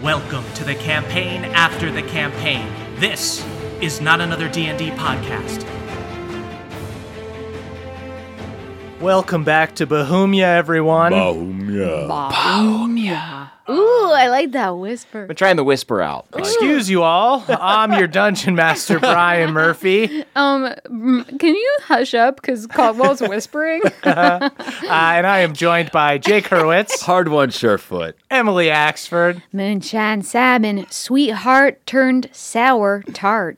Welcome to the campaign after the campaign. This is not another D&D podcast. Welcome back to Bohemia, everyone. Ooh, I like that whisper. I'm trying the whisper out. Excuse you all. I'm your dungeon master, Brian Murphy, uh, Um, mm, can you hush up? Because Caldwell's whispering. uh, and I am joined by Jake Hurwitz, Hard one, Surefoot. Emily Axford. Moonshine Sabin, sweetheart turned sour tart.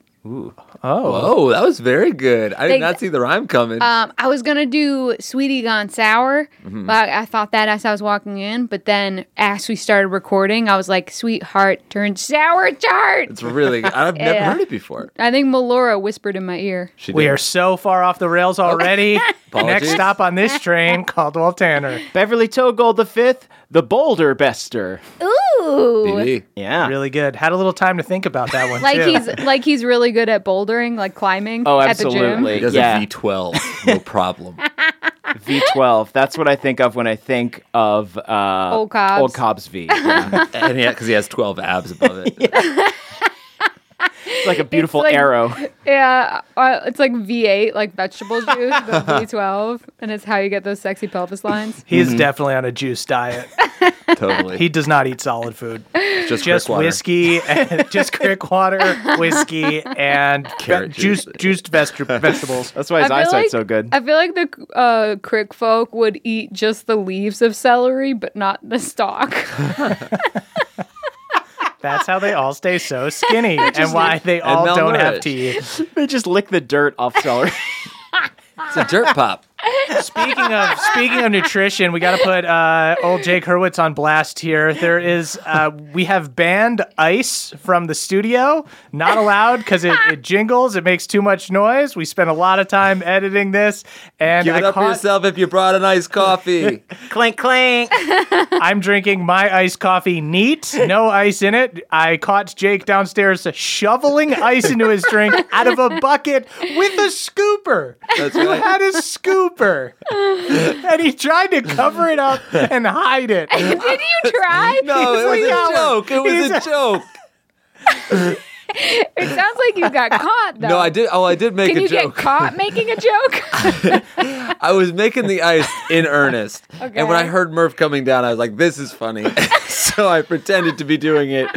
Oh, that was very good. I They- did not see the rhyme coming. Um, I was gonna do sweetie gone sour, Mm-hmm. but I thought that as I was walking in. But then as we started recording, I was like, sweetheart turned sour tart. it's really good. I've never Yeah. heard it before. I think Melora whispered in my ear. She We did. are so far off the rails already. Next Apologies. Ah. stop on this train, Caldwell Tanner. Beverly Togold the fifth, the Boulder Bester. Ooh, BB. Yeah. Really good. Had a little time to think about that one. like too. he's like he's really good at bouldering, like climbing. Oh, At the gym. He absolutely. does Yeah. a V12, no problem. V12. That's what I think of when I think of uh, Old Cobb's. Old Cobb's V. Yeah. and yeah, because he has 12 abs above it. it's like a beautiful like- arrow. Yeah, uh, it's like V8, like vegetable juice, but V12, and it's how you get those sexy pelvis lines. He's Mm-hmm. definitely on a juice diet. Totally. He does not eat solid food. just, Just Crick water. whiskey, and just crick water, whiskey, and Carrot juice, juice. juiced veg- vegetables. That's why his I feel eyesight's like- so good. I feel like the uh, crick folk would eat just the leaves of celery, but not the stalk. That's how they all stay so skinny and why they all don't have malnourished. teeth. they just lick the dirt off celery. It's a dirt pop. Speaking of speaking of nutrition, we got to put uh, old Jake Hurwitz on blast here. There is uh, we have banned ice from the studio. Not allowed because it, it jingles. It makes too much noise. We spent a lot of time editing this, and Give it I up for caught- yourself if you brought an iced coffee. clink, clink. I'm drinking my iced coffee neat, no ice in it. I caught Jake downstairs shoveling ice into his drink out of a bucket with a scooper. That's You right. had a scooper, and he tried to cover it up and hide it. Did you try? No, it was He's like, a joke. It was he's a joke. It sounds like you got caught, though. No, I did. Oh, I did make Can a you joke. get caught making a joke? I was making the ice in earnest. And when I Okay. heard Murph coming down, I was like, this is funny. so I pretended to be doing it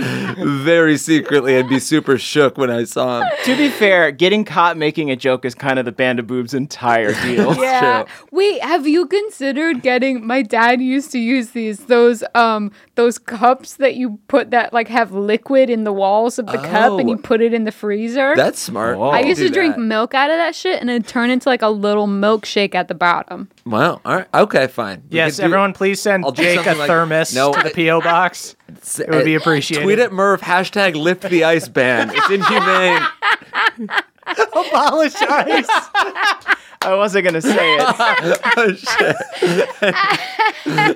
very secretly and be super shook when I saw him. to be fair, getting caught making a joke is kind of the Band of Boob's entire deal. yeah. Wait, have you considered getting? My dad used to use these those um those cups that you put that like have liquid in the walls of the cup, and Oh. you put it in the freezer. That's smart. Whoa. I I'll used do to drink that. milk out of that shit and it'd turn into like a little milkshake at the bottom. Wow. All right. Okay, fine. We Yes, could do- everyone, please send I'll do Jake a something like- thermos No, to the I- PO box. It would be appreciated. uh, Tweet at Murph, hashtag lift the ice ban. It's inhumane. Abolish ice. I wasn't gonna say it. Oh,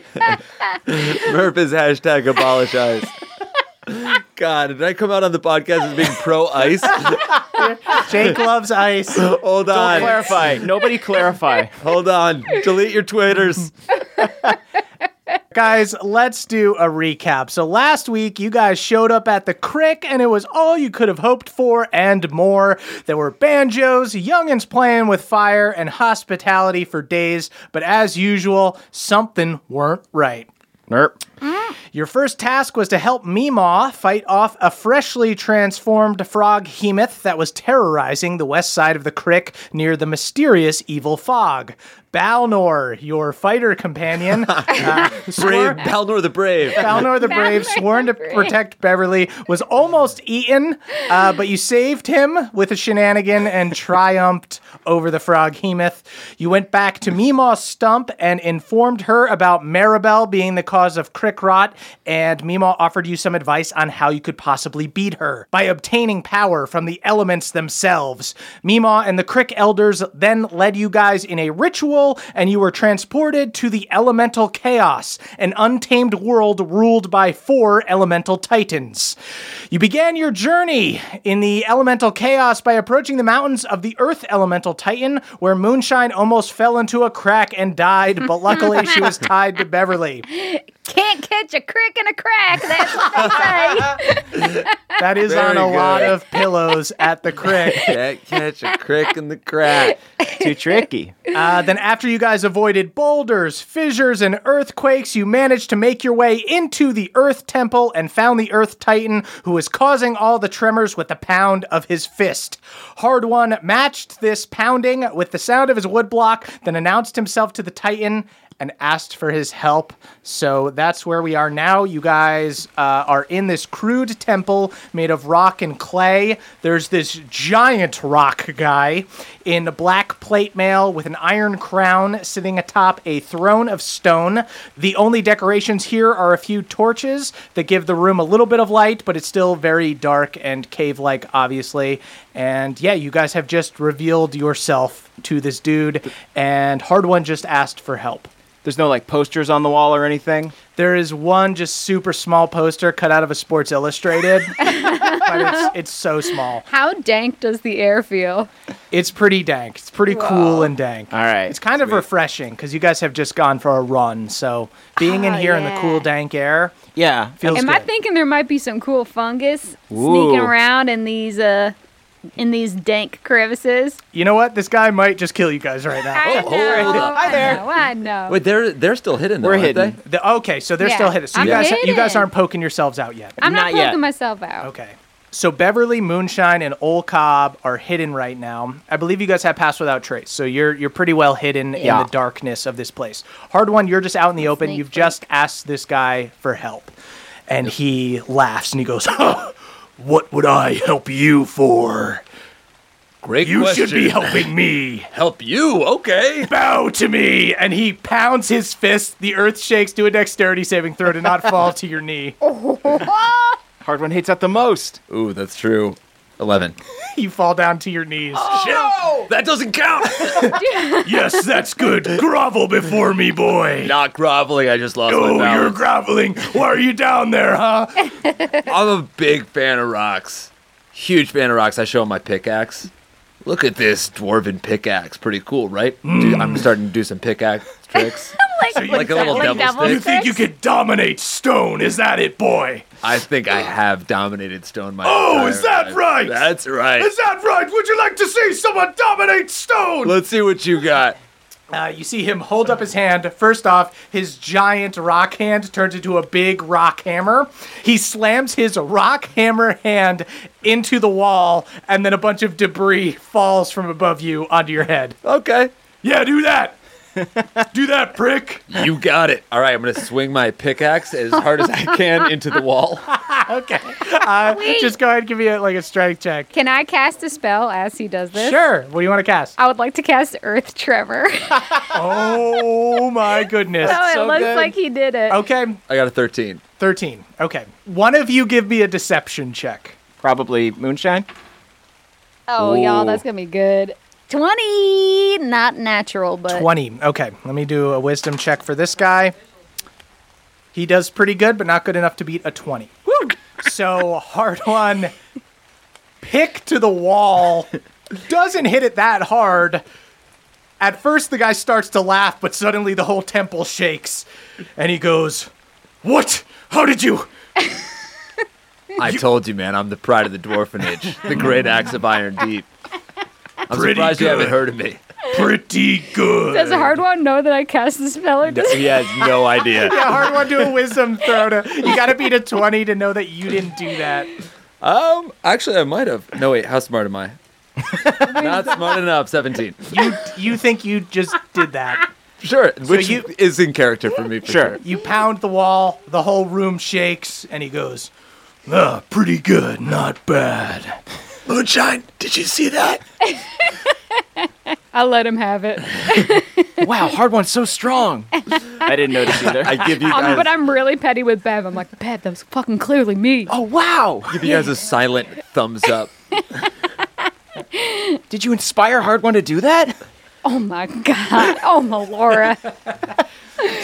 Murph is hashtag abolish ice. God, did I come out on the podcast as being pro ice? Jake loves ice. Hold Don't on. clarify. Nobody clarify. Hold on. Delete your Twitters. Guys, let's do a recap. So last week, you guys showed up at the Crick, and it was all you could have hoped for and more. There were banjos, youngins playing with fire, and hospitality for days. But as usual, something weren't right. Nerp. Your first task was to help Meemaw fight off a freshly transformed frog hemoth that was terrorizing the west side of the crick near the mysterious evil fog. Balnor, your fighter companion, uh, Brave swore- Balnor the Brave. Balnor the Brave, Balnor sworn the to Brave. protect Beverly, was almost eaten, uh, but you saved him with a shenanigan and triumphed over the frog Hemoth. You went back to Meemaw's stump and informed her about Maribel being the cause of Crick Rot, and Meemaw offered you some advice on how you could possibly beat her by obtaining power from the elements themselves. Meemaw and the Crick elders then led you guys in a ritual, and you were transported to the elemental chaos, an untamed world ruled by four elemental titans. You began your journey in the elemental chaos by approaching the mountains of the earth elemental titan, where Moonshine almost fell into a crack and died, but luckily she was tied to Beverly. Can't catch a crick in a crack. That's what they say. That is on Very a good. lot of pillows at the crick. Can't catch a crick in the crack. Too tricky. Uh, then, after you guys avoided boulders, fissures, and earthquakes, you managed to make your way into the Earth Temple and found the Earth Titan, who was causing all the tremors with the pound of his fist. Hard One matched this pounding with the sound of his woodblock, then announced himself to the Titan and asked for his help. So that's where we are now. You guys uh, are in this crude temple made of rock and clay. There's this giant rock guy in black plate mail with an iron crown sitting atop a throne of stone. The only decorations here are a few torches that give the room a little bit of light, but it's still very dark and cave like, obviously. And yeah, you guys have just revealed yourself to this dude, and Hard One just asked for help. There's no like posters on the wall or anything. There is one just super small poster cut out of a Sports Illustrated, but it's, it's so small. How dank does the air feel? It's pretty dank. It's pretty cool and dank. All right. It's kind of refreshing because you guys have just gone for a run. So being in Oh, here in the yeah. cool, dank air Yeah. feels Am good. I thinking there might be some cool fungus Ooh. sneaking around in these uh in these dank crevices? you know what? This guy might just kill you guys right now. I know. Hi there. I know. Wait, they're they're still hidden. Though, We're aren't hidden. They? The- okay, so they're Yeah, still hidden. So you I'm guys, you guys hidden. aren't poking yourselves out yet. I'm not, Not yet. poking myself out. Okay. So Beverly, Moonshine, and Old Cobb are hidden right now. I believe you guys have Pass Without Trace, so you're you're pretty well hidden Yeah. in the darkness of this place. Hard one, you're just out in the open. sneak You've peek. just asked this guy for help, and he laughs and he goes, "What would I help you for? Great You question. should be helping me." help you. Okay. Bow to me, and he pounds his fist. The earth shakes. Do a dexterity saving throw to not fall to your knee. Hard one hates that the most. Ooh, that's true. Eleven. You fall down to your knees. That doesn't count. Yes, that's good. Grovel before me, boy. Not groveling. I just lost my Oh, you're balance. groveling. Why are you down there, huh? I'm a big fan of rocks. Huge fan of rocks. I show him my pickaxe. Look at this dwarven pickaxe. Pretty cool, right? Dude, Hmm. I'm starting to do some pickaxe tricks. Like, like a little devil stick? You think you could dominate stone? Is that it, boy? I think I have dominated stone my Oh, entire is that life. right? That's right. Is that right? Would you like to see someone dominate stone? Let's see what you got. Uh, you see him hold up his hand. First off, his giant rock hand turns into a big rock hammer. He slams his rock hammer hand into the wall, and then a bunch of debris falls from above you onto your head. Okay. Yeah, do that. do that, prick. You got it. All right, I'm going to swing my pickaxe as hard as I can into the wall. Okay. Uh, just go ahead and give me a, like a strength check. Can I cast a spell as he does this? Sure. What do you want to cast? I would like to cast Earth Trevor. so oh my goodness. it so looks good. like he did it. Okay. I got a 13. 13. Okay. One of you give me a deception check. Probably moonshine. Oh, y'all, Ooh. that's gonna be good. Twenty, not natural, but 20. Okay, let me do a wisdom check for this guy. He does pretty good, but not good enough to beat a 20. So, hard one, pick to the wall, doesn't hit it that hard. At first, the guy starts to laugh, but suddenly the whole temple shakes. And he goes, What? How did you? I told you, man, I'm the pride of the dwarfinage, the great axe of Iron Deep. I'm surprised you haven't heard of me. Pretty good. does a hard one know that I cast the spell or No, does he has no idea. A hard one to a wisdom throw to. You gotta beat a 20 to know that you didn't do that. Um, actually, I might have. No, wait, how smart am I? Not smart enough. Seventeen. You, you think you just did that. Sure, which you- is in character for me. For sure. You pound the wall, the whole room shakes, and he goes, ah, pretty good, not bad. Moonshine, did you see that? I let him have it? Wow, hard one's so strong. I didn't notice either. I give you Um, guys. but I'm really petty with Bev. I'm like, Bev, that was fucking clearly me. Oh wow! give you guys a silent thumbs up. Did you inspire hard one to do that? Oh my god. Oh my Laura.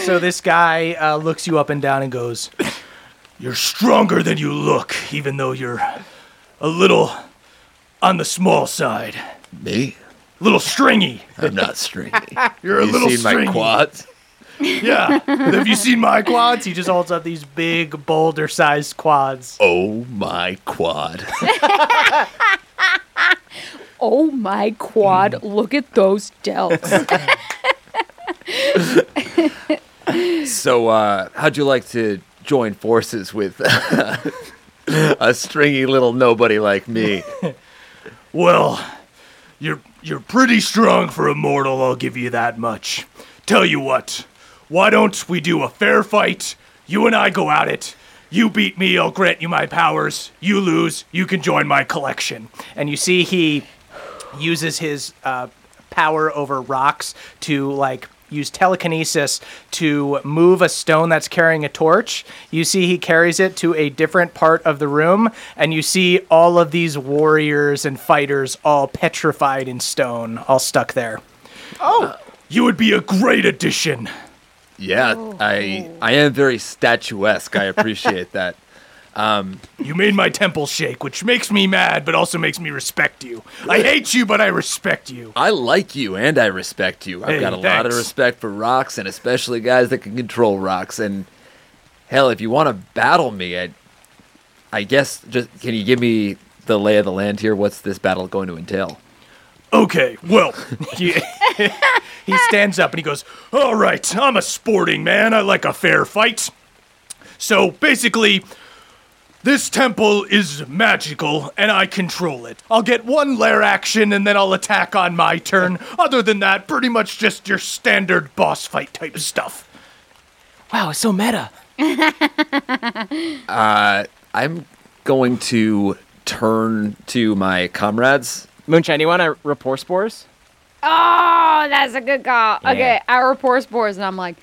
So this guy uh, looks you up and down and goes, You're stronger than you look, even though you're a little on the small side. Me? Little stringy. I'm not stringy. You're a you little seen stringy. my quads? Yeah. Have you seen my quads? He just holds up these big boulder-sized quads. Oh my quad! Oh my quad. Mm. Look at those delts. so, uh, how'd you like to join forces with uh, a stringy little nobody like me? Well, you're you're pretty strong for a mortal, I'll give you that much. Tell you what, why don't we do a fair fight? You and I go at it. You beat me, I'll grant you my powers. You lose, you can join my collection. And you see he uses his uh, power over rocks to like use telekinesis to move a stone that's carrying a torch. You see he carries it to a different part of the room and you see all of these warriors and fighters all petrified in stone, all stuck there. Oh, you would be a great addition. Yeah, I I am very statuesque. I appreciate that. You made my temple shake, which makes me mad but also makes me respect you. I hate you but I respect you. I like you and I respect you. I've Hey, got a lot of thanks. respect for rocks and especially guys that can control rocks. And hell, if you want to battle me, I, I guess just can you give me the lay of the land here? What's this battle going to entail? Okay, well, he, he stands up and he goes, All right, I'm a sporting man. I like a fair fight. So basically, this temple is magical and I control it. I'll get one lair action and then I'll attack on my turn. Other than that, pretty much just your standard boss fight type of stuff. Wow, it's so meta. I'm going to turn to my comrades. Moonshine, you want to rapport spores? Oh, that's a good call. Yeah. Okay, I report spores, and I'm like,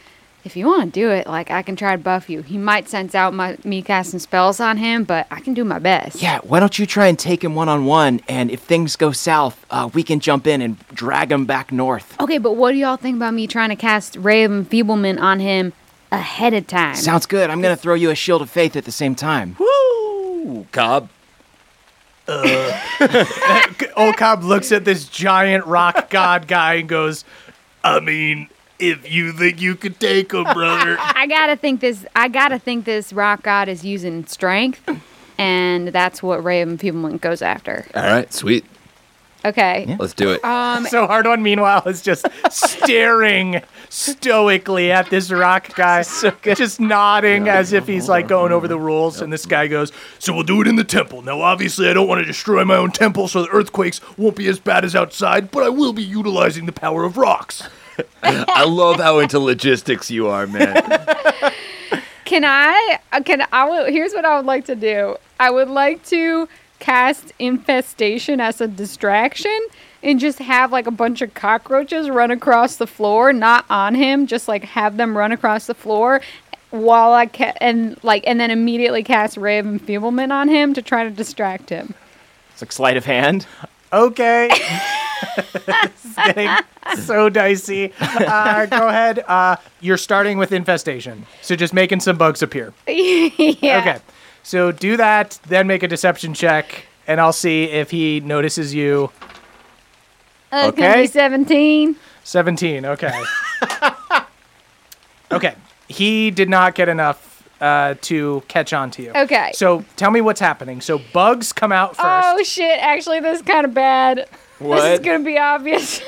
if you want to do it, like I can try to buff you. He might sense out my me casting spells on him, but I can do my best. Yeah, why don't you try and take him one on one, and if things go south, uh, we can jump in and drag him back north. Okay, but what do y'all think about me trying to cast Ray of Enfeeblement on him ahead of time? Sounds good. I'm gonna throw you a shield of faith at the same time. Woo, Cobb. Old Cobb looks at this giant rock god guy and goes, I mean, if you think you could take him, brother. I gotta think this. I gotta think this rock god is using strength, and that's what Ray of Enfeeblement goes after. All right, sweet. Okay. Let's do it. Um, So hard one, meanwhile, is just staring stoically at this rock guy, just nodding as if he's like going over the rules. And this guy goes, "So we'll do it in the temple. Now, obviously, I don't want to destroy my own temple, so the earthquakes won't be as bad as outside. But I will be utilizing the power of rocks. I love how into logistics you are, man. Can I? uh, Can I? will- Here's what I would like to do. I would like to cast infestation as a distraction and just have like a bunch of cockroaches run across the floor, not on him, just like have them run across the floor while I ca- and like and then immediately cast ray of enfeeblement on him to try to distract him. It's like sleight of hand. Okay, It's getting so dicey. Uh, go ahead. Uh, you're starting with infestation, so just making some bugs appear. yeah. Okay. So do that, then make a deception check, and I'll see if he notices you. Uh, it's gonna Okay. be 17. 17. Okay. okay. He did not get enough uh, to catch on to you. Okay. So tell me what's happening. So bugs come out first. Oh shit! Actually, this is kind of bad. This is What? gonna be obvious.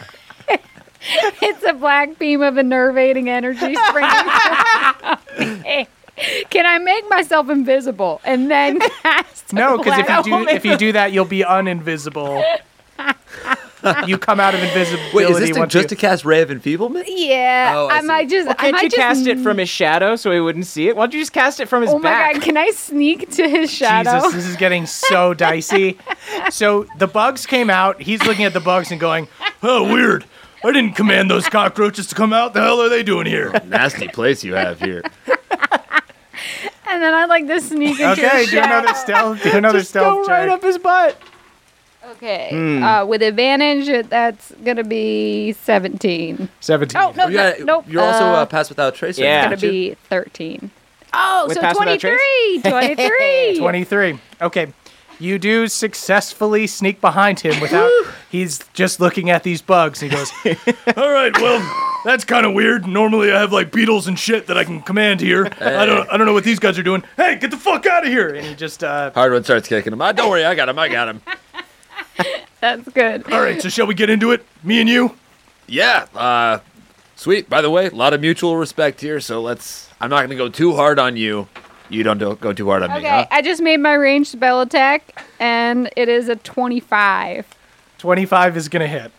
it's a black beam of enervating energy springing from me. Can I make myself invisible and then cast? a No, because if you do black- if you do that, you'll be uninvisible. you come out of invisibility. Wait, is this to- once just to you- cast Ray of Enfeeblement? yeah, Oh, I I, see. might just. I Can't might you just, cast it from his shadow so he wouldn't see it? Why don't you just cast it from his Oh my back? god! Can I sneak to his shadow? Jesus, this is getting so dicey. So the bugs came out. He's looking at the bugs and going, "Oh, weird. I didn't command those cockroaches to come out. The hell are they doing here?" Nasty place you have here. And then I'd like to sneak into Okay, his do shadow. another stealth. Do another Go stealth right check. up his butt. Okay, uh, with advantage, it- that's gonna be 17. Seventeen. Oh no, You got- no nope. You're also Uh, uh, passed without trace. Yeah. gonna aren't you? be 13. Oh, With so Pass Without 23, Trace? 23. 23. Okay. You do successfully sneak behind him without. he's just looking at these bugs. And he goes, All right, well, that's kind of weird. Normally I have like beetles and shit that I can command here. I, don't, I don't know what these guys are doing. Hey, get the fuck out of here. And he just, uh, Hardwood starts kicking him. Ah, don't worry, I got him. I got him. That's good. All right, so shall we get into it? Me and you? Yeah. Uh, sweet. By the way, a lot of mutual respect here, so let's. I'm not going to go too hard on you. You don't do- go too hard on me. Okay, Huh? I just made my ranged spell attack, and it is a 25. 25 is going to hit.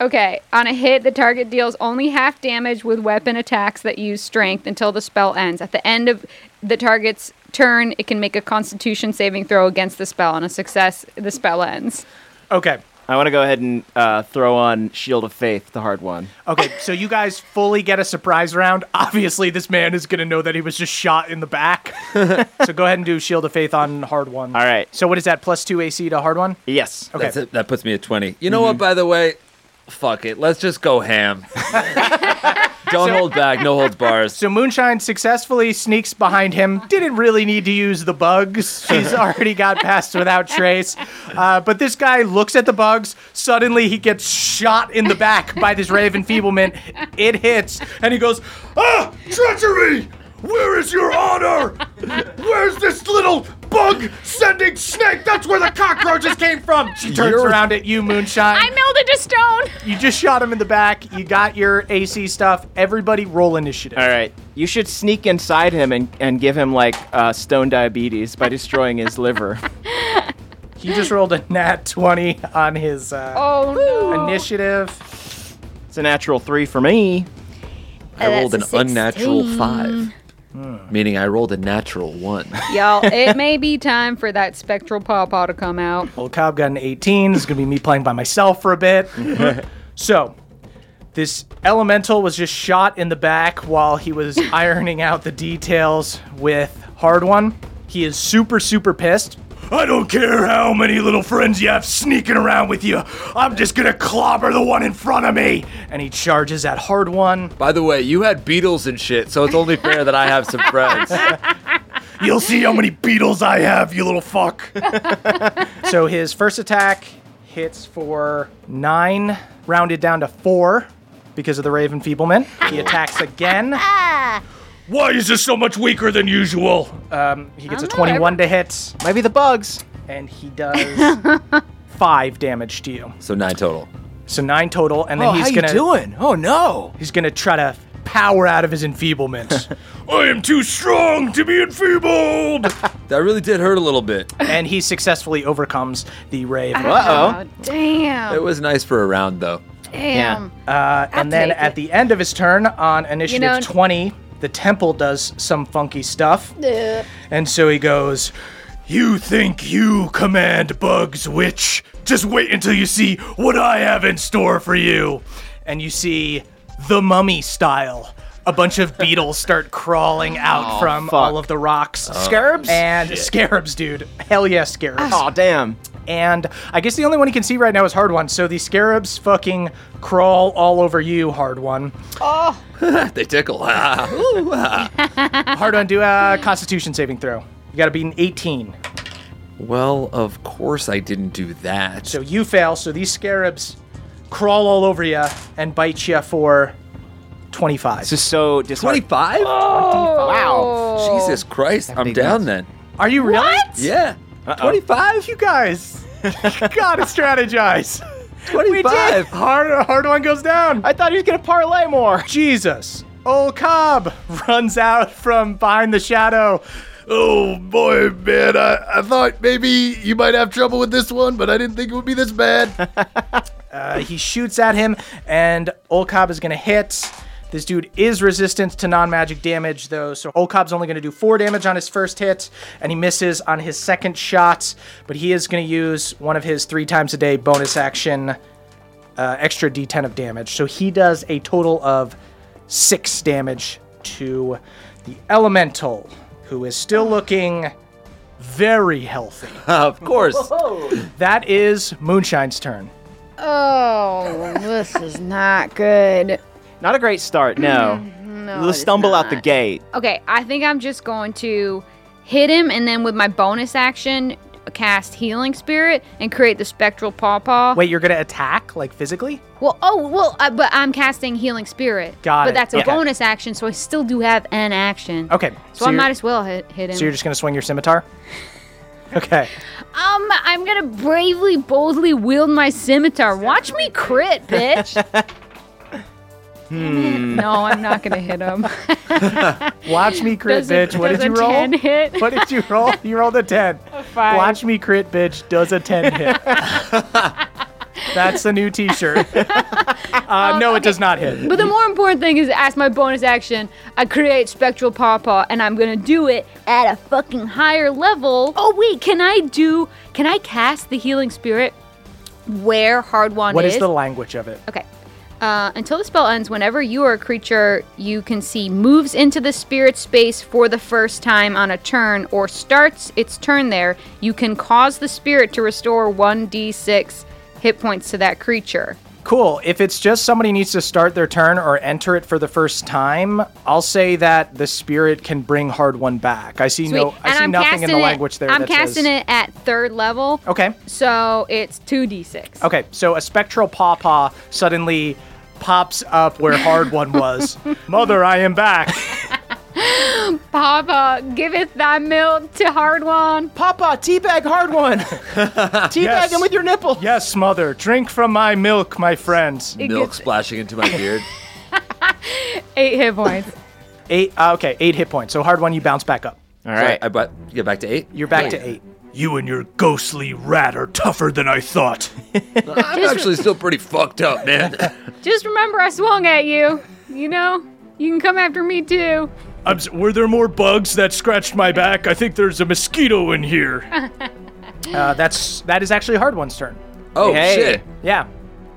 Okay, on a hit, the target deals only half damage with weapon attacks that use strength until the spell ends. At the end of the target's turn, it can make a constitution saving throw against the spell. On a success, the spell ends. Okay. I want to go ahead and uh, throw on Shield of Faith, the hard one. Okay, so you guys fully get a surprise round. Obviously, this man is going to know that he was just shot in the back. so go ahead and do Shield of Faith on hard one. All right. So what is that? Plus two AC to hard one? Yes. Okay. That's it. That puts me at 20. You know what, by the way? Fuck it. Let's just go ham. don't hold back. No holds bars. So Moonshine successfully sneaks behind him. Didn't really need to use the bugs. She's already got past without trace. Uh, but this guy looks at the bugs. Suddenly he gets shot in the back by this ray of enfeeblement. It hits, and he goes, "Ah, treachery! Where is your honor? Where's this little bug sending snake? That's where the cockroaches came from." She turns You're- around at you, Moonshine. I melded to stone. you just shot him in the back. You got your AC stuff. Everybody, roll initiative. All right. You should sneak inside him and, and give him like uh, stone diabetes by destroying his liver. He just rolled a nat 20 on his uh, Oh no! initiative. It's a natural three for me. I that's rolled a an unnatural 16. five, meaning I rolled a natural one. Y'all, it may be time for that spectral pawpaw to come out. Old Cobb got an 18. This is going to be me playing by myself for a bit. so, this elemental was just shot in the back while he was ironing out the details with Hard One. He is super, super pissed. I don't care how many little friends you have sneaking around with you. I'm just going to clobber the one in front of me. And he charges at Hard One. By the way, you had beetles and shit, so it's only fair that I have some friends. You'll see how many beetles I have, you little fuck. so his first attack hits for nine, rounded down to four because of the Raven Feeblement. He attacks again. Why is this so much weaker than usual? Um, he gets a I'm not 21 to hit, Maybe the bugs. and he does five damage to you. So nine total. So nine total, and then Oh, he's how gonna you doing? Oh no. He's gonna try to power out of his enfeeblement. I am too strong to be enfeebled. That really did hurt a little bit. and he successfully overcomes the ray of Uh oh. damn! It was nice for a round, though. Damn! Uh, and then take at it. the end of his turn on initiative know- 20, the temple does some funky stuff. And so he goes, You think you command bugs, witch? Just wait until you see what I have in store for you. And you see the mummy style. A bunch of beetles start crawling out from all of the rocks. Scarabs? And scarabs, dude. Hell yeah, scarabs. Oh damn. and I guess the only one he can see right now is Hard One. So the scarabs fucking crawl all over you, Hard One. They tickle. Ah. Ooh, ah. Hard One, do a Constitution saving throw. You got to beat an 18. well, of course I didn't do that. So you fail. So these scarabs crawl all over you and bite you for 25. This is so disheartening. 25? Oh. Wow. Jesus Christ, I'm big down nuts. then. Are you really? Yeah. 25? You guys, you gotta strategize. 25. Hard, hard one goes down. I thought he was gonna parlay more. Jesus. Old Cobb runs out from behind the shadow. Oh boy, man! I, I thought maybe you might have trouble with this one, but I didn't think it would be this bad. Uh, he shoots at him, and Old Cobb is gonna hit. This dude is resistant to non magic damage, though, so Old Cobb's only gonna do four damage on his first hit, and he misses on his second shot, but he is gonna use one of his three times a day bonus action uh, extra d10 of damage. So he does a total of six damage to the Elemental, who is still looking very healthy. of course. That is Moonshine's turn. Oh, this is not good. Not a great start. No. No, Let's it is Mm-hmm. stumble out the not. gate. Okay, I think I'm just going to hit him and then with my bonus action cast healing spirit and create the spectral paw paw. Wait, you're gonna attack, like physically? Well, oh, well, uh, but I'm casting healing spirit. Got but it, that's a okay. bonus action, so I still do have an action. Okay. So, I you're- might as well hit, hit him. So you're just gonna swing your scimitar? Okay. um, I'm gonna bravely, boldly wield my scimitar. Watch me crit, bitch. Hmm. No, I'm not gonna hit him. Watch me crit, Does a- bitch. What does did you a 10 roll? hit? What did you roll? You rolled a ten. five. Watch me crit, bitch. Does a ten hit? That's the new T-shirt. Um, Uh, no, it does not hit. But the more important thing is, as my bonus action, I create Spectral Pawpaw, and I'm gonna do it at a fucking higher level. Oh wait, can I do? Can I cast the Healing Spirit where Hard One What is? is the language of it? Okay. Uh, until the spell ends, whenever you or a creature you can see moves into the spirit space for the first time on a turn or starts its turn there, you can cause the spirit to restore 1d6 hit points to that creature. Cool. If it's just somebody needs to start their turn or enter it for the first time, I'll say that the spirit can bring hard one back. I see no. Sweet. I see I'm nothing in the casting it- language there. I'm that casting says, it at third level. Okay. So it's 2d6. Okay, so a spectral pawpaw suddenly pops up where hard one was. Mother, I am back. Papa, giveth thy milk to hard one. Papa, teabag hard one. teabag Yes. him with your nipple. Yes, mother, drink from my milk, my friends. Milk splashing into my beard. Eight hit points. Eight. Uh, okay, eight hit points. So hard one, you bounce back up. All All right, right. I brought you get back to eight. You're back to eight. You and your ghostly rat are tougher than I thought. I'm actually still pretty fucked up, man. Just remember I swung at you. You know, you can come after me too. I'm, s- were there more bugs that scratched my back? I think there's a mosquito in here. uh, that's that is actually hard one's turn. Oh Hey. shit! Yeah.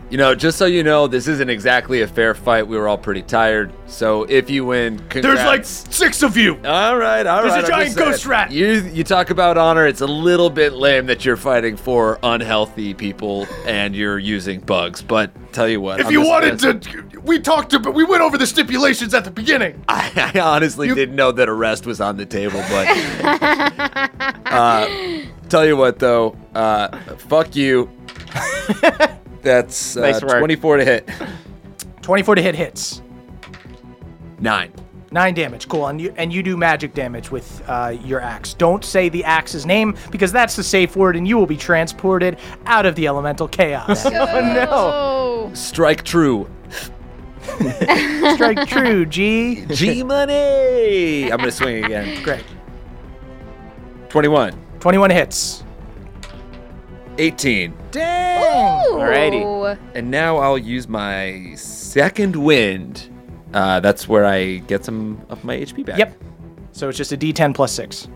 You know, just so you know, this isn't exactly a fair fight. We were all pretty tired. So if you win, congrats. six of you. All right, all right. There's a I'm giant just saying. ghost rat. You you talk about honor. It's a little bit lame that you're fighting for unhealthy people and you're using bugs. But tell you what, If I'm you just wanted gonna- to, we talked about, we went over the stipulations at the beginning. I, I honestly didn't know that arrest was on the table. But uh, tell you what, though, uh, fuck you. That's uh, Nice work. 24 to hit. Twenty-four to hit hits. Nine. Nine damage, cool. And you and you do magic damage with uh, your axe. Don't say the axe's name because that's the safe word, and you will be transported out of the elemental chaos. No. Strike true. Strike true, G. G money. I'm gonna swing again. Great. 21. Twenty-one hits. 18. Dang. Alrighty. And now I'll use my second wind. Uh, that's where I get some of my HP back. Yep. So it's just a D10 plus six.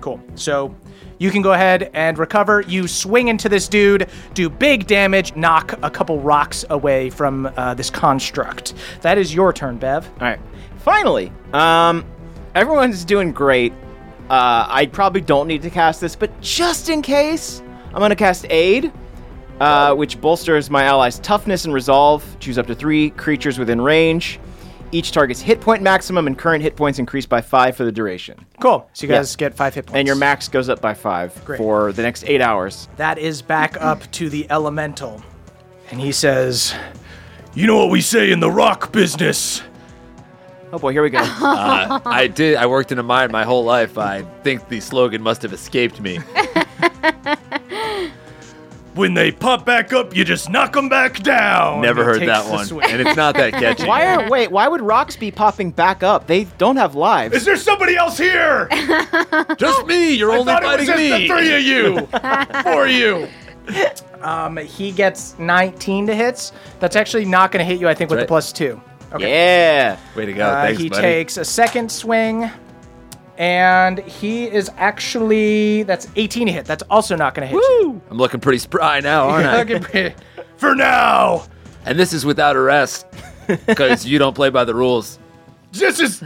Cool. So you can go ahead and recover. You swing into this dude, do big damage, knock a couple rocks away from uh, this construct. That is your turn, Bev. All right. Finally, um, everyone's doing great. Uh, I probably don't need to cast this, but just in case, I'm going to cast Aid, uh, which bolsters my ally's toughness and resolve. Choose up to three creatures within range. Each target's hit point maximum and current hit points increase by five for the duration. Cool. So you guys get five hit points. And your max goes up by five Great. for the next eight hours. That is back up to the elemental. And he says, You know what we say in the rock business. Oh boy, here we go. Uh, I did. I worked in a mine my whole life. I think the slogan must have escaped me. When they pop back up, you just knock them back down. Never heard takes that the one, swing. and it's not that catchy. why are wait? Why would rocks be popping back up? They don't have lives. Is there somebody else here? I Just me. You're only thought it was fighting just the me. three of you. Four of you. um, he gets 19 to hits. That's actually not going to hit you, I think, with That's the plus two. Okay. Yeah. Way to go. Uh, Thanks, he buddy. takes a second swing, and he is actually that's 18 to hit. That's also not going to hit you. I'm looking pretty spry now, aren't I? Okay. For now. And this is without arrest, because you don't play by the rules. This is.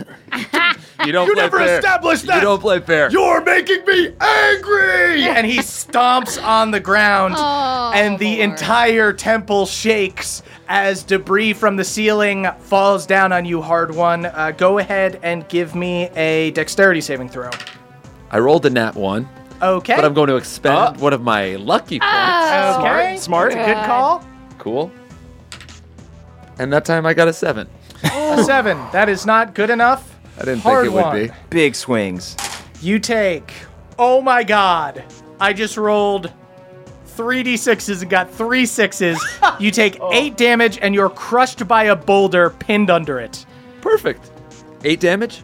You don't. You play never fair. established that. You don't play fair. You're making me angry. and he stomps on the ground, Oh, and the Lord. entire temple shakes as debris from the ceiling falls down on you. Hard one. Uh, go ahead and give me a dexterity saving throw. I rolled a nat one, Okay. but I'm going to Uh. expend one of my lucky points. Uh. Okay. Smart. It's a Good call. Cool. And that time I got a seven. A seven. That is not good enough. I didn't Hard think it would one. be. Big swings. You take. Oh my god. I just rolled three d6s and got three sixes. You take eight damage and you're crushed by a boulder pinned under it. Perfect. Eight damage.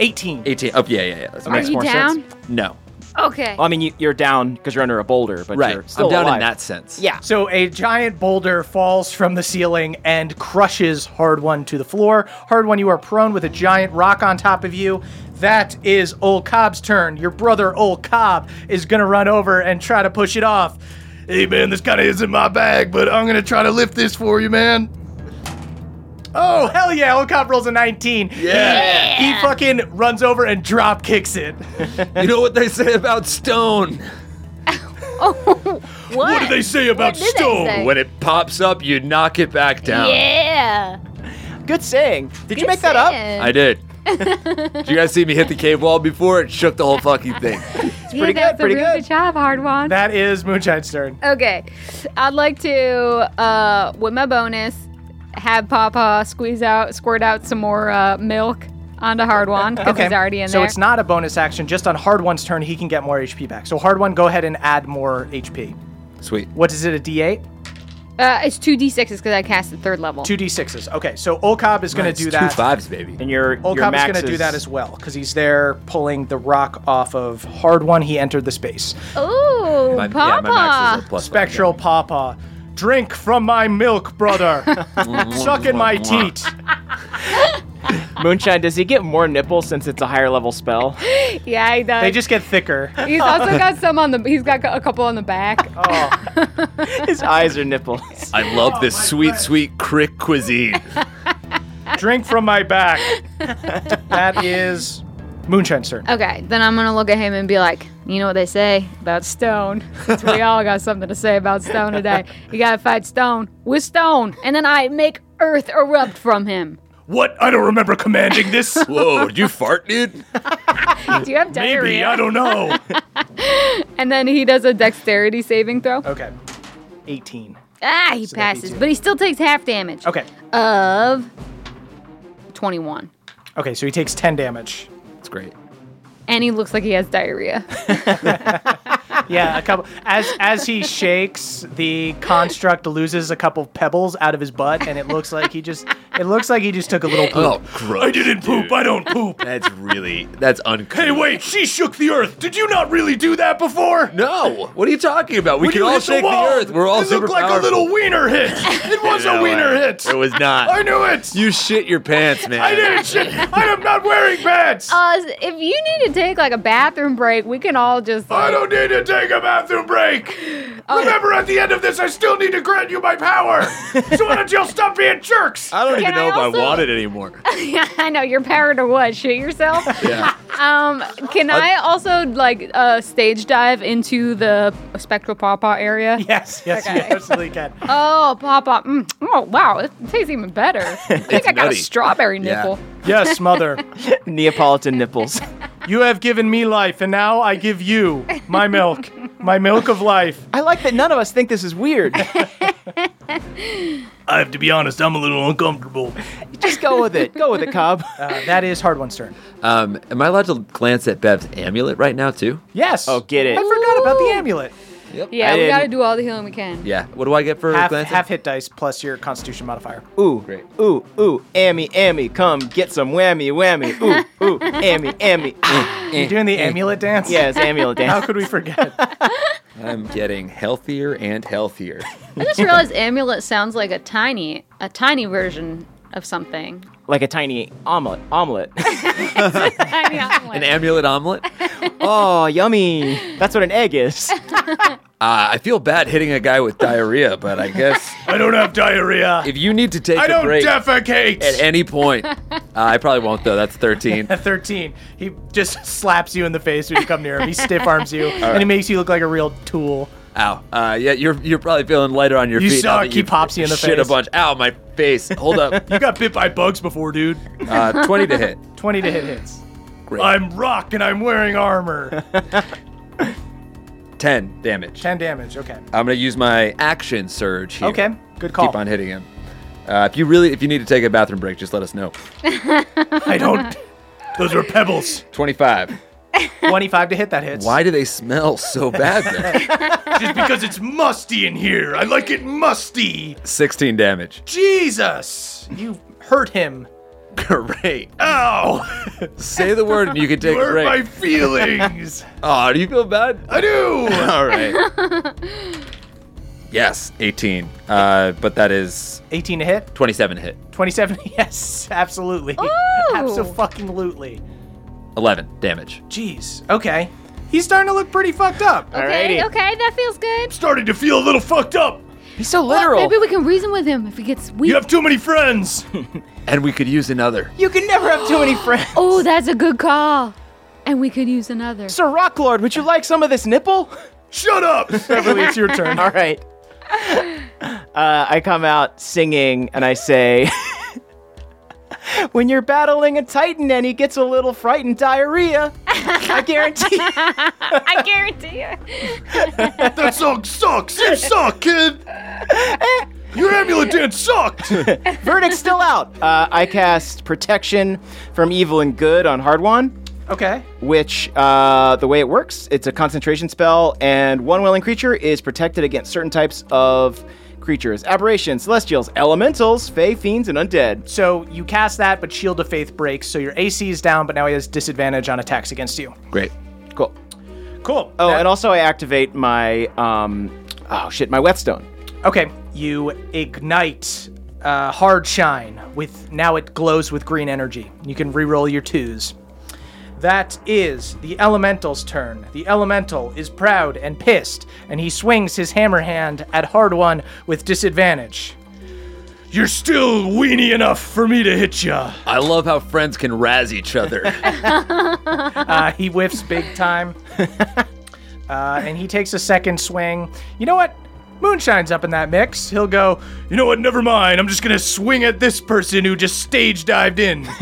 18. 18. Oh yeah, yeah, yeah. That Are you down? No. Okay. Oh. Well, I mean, you, you're down because you're under a boulder, but Right. you're still I'm down alive. in that sense. Yeah. So a giant boulder falls from the ceiling and crushes Hard One to the floor. Hard One, you are prone with a giant rock on top of you. That is Old Cobb's turn. Your brother Old Cobb is gonna run over and try to push it off. Hey man, this kind of isn't my bag, but I'm gonna try to lift this for you, man. Oh hell yeah! Old Cop rolls a 19. Yeah. He, fucking runs over and drop kicks it. You know what they say about stone? Oh, what? What do they say about did they stone? say? When it pops up, you knock it back down. Yeah. Good saying. Did you Good make that up? saying. I did. did you guys see me hit the cave wall before? It shook the whole fucking thing. yeah, pretty good, pretty really good. good job, hard one. That is Moonshine's turn. Okay. I'd like to, uh, with my bonus, have Papa squeeze out, squirt out some more uh, milk onto Hardwan because he's already in so there. it's not a bonus action. Just on Hard One's turn, he can get more HP back. So Hard One, go ahead and add more HP. Sweet. What is it? A D8? uh, it's two d6s because I cast the third level. Two D6s. Okay. So Old Cobb is gonna Nice. do that. Two fives, baby. And your Old your Cobb is max gonna do that as well because he's there pulling the rock off of Hard One. He entered the space. Ooh, My, yeah, Papa. my max is a plus five. Spectral Papa. Drink from my milk, brother. Suck in my teat. Moonshine, does he get more nipples since it's a higher level spell? yeah, he does. They just get thicker. he's also got some on the. He's got a couple on the back. Oh. His eyes are nipples. I love Oh, this sweet, sweet crick cuisine. drink from my back. that is Moonshine's turn. Okay, then I'm gonna look at him and be like, you know what they say about stone? 'Cause we all got something to say about stone today. You gotta fight stone with stone, and then I make earth erupt from him. What? I don't remember commanding this. Whoa, did you fart, dude? Do you have Maybe I diarrhea? don't know. And then he does a dexterity saving throw. Okay. 18. Ah, he passes, but he still takes half damage Okay. of 21. Okay, so he takes 10 damage. It's great. And he looks like he has diarrhea. Yeah, a couple as as he shakes, the construct loses a couple pebbles out of his butt and it looks like he just it looks like he just took a little poop. Oh, gross. Uh, I didn't poop. I don't poop. That's really, that's uncool. Hey, wait. She shook the earth. Did you not really do that before? No, what are you talking about? We When can you all hit shake the, wall, earth. We're all It super looked like a powerful. little wiener hit. It was a No wiener way. hit. It was not. I knew it. You shit your pants, man. I didn't shit. I am not wearing pants. Uh, if you need to take like a bathroom break, we can all just. I don't need to to take a bathroom break. Remember, at the end of this, I still need to grant you my power. so why don't y'all stop being jerks? I don't Can even I know if also- I want it anymore. I know you're powered to what? Shoot yourself. Yeah. Um, can I also like uh, stage dive into the spectral pawpaw area? Yes, yes, Okay. you absolutely can. Oh, pawpaw! Mm. Oh, wow, it tastes even better. I think I got nutty. a strawberry Yeah. nipple. Yes, mother. Neapolitan nipples. You have given me life, and now I give you my milk, my milk of life. I like that none of us think this is weird. I have to be honest, I'm a little uncomfortable. Just go with it. Go with it, Cobb. Uh, that is hard one's turn. Um, am I allowed to glance at Bev's amulet right now too? Yes. Oh, get it. I forgot about the amulet. Yeah, I we gotta didn't- do all the healing we can. Yeah. What do I get for Half, glancing? half hit dice plus your Constitution modifier. Ooh, ooh, ooh, Ammy, Ammy, come get some whammy, whammy. Ooh, ooh, Ammy, Ammy. Ah. Eh. You doing the amulet dance? yeah, it's amulet How dance. could we forget? I'm getting healthier and healthier. I just realized amulet sounds like a tiny, a tiny version of something. Like a tiny omelet. Omelet. Tiny An omelet. amulet omelet. Uh, oh, yummy. That's what an egg is. Uh, I feel bad hitting a guy with diarrhea, but I guess I don't have diarrhea. if you need to take I a don't break defecate. at any point, uh, I probably won't though. That's 13. At 13, he just slaps you in the face when you come near him. He stiff arms you, and he makes you look like a real tool. Ow. Uh, yeah, you're you're probably feeling lighter on your You feet. now suck. that He pops you in the shit face. a bunch. Ow, my face. Hold up. You got bit by bugs before, dude. Uh, 20 to hit. 20 to hit hits. Great. I'm rock and I'm wearing armor. 10 damage. 10 damage. Okay. I'm gonna use my action surge here. Okay. Good call. Keep on hitting him. Uh, if you really, if you need to take a bathroom break, just let us know. I don't. Those were pebbles. 25. 25 to hit that hits. Why do they smell so bad then? Just because it's musty in here. I like it musty. 16 damage. Jesus. You hurt him. Great. Ow. Say the word and you can take a Where are my break. feelings? Aw, do you feel bad? I do. All right. yes, 18. Uh, but that is 18 to hit. 27 to hit. 27. Yes, absolutely. Absolutely. 11 damage. Jeez. Okay. He's starting to look pretty fucked up. Okay, Alrighty. okay, that feels good. Starting to feel a little fucked up. He's so Well, literal. maybe we can reason with him if he gets weak. You have too many friends. And we could use another. You can never have too many friends. oh, that's a good call. And we could use another. Sir Rocklord, would you like some of this nipple? Shut up. Beverly, it's your turn. All right. Uh, I come out singing and I say, When you're battling a titan and he gets a little frightened, diarrhea. I guarantee. I guarantee you. That song sucks. You suck, kid. Your amulet dance sucked. Verdict's still out. Uh, I cast Protection from Evil and Good on Hardwan. Okay. which uh, the way it works, it's a concentration spell, and one willing creature is protected against certain types of creatures, aberrations, celestials, elementals, fey, fiends, and undead. So you cast that, but Shield of Faith breaks, so your AC is down, but now he has disadvantage on attacks against you. Great. Cool. Cool. Oh, and also I activate my um, oh shit, my whetstone. Okay, you ignite uh, Hard Shine with now it glows with green energy. You can reroll your twos. That is the elemental's turn. The elemental is proud and pissed, and he swings his hammer hand at Hard One with disadvantage. You're still weenie enough for me to hit ya. I love how friends can razz each other. Uh, he whiffs big time, uh, and he takes a second swing. You know what? Moonshine's up in that mix. He'll go. You know what? Never mind. I'm just gonna swing at this person who just stage dived in.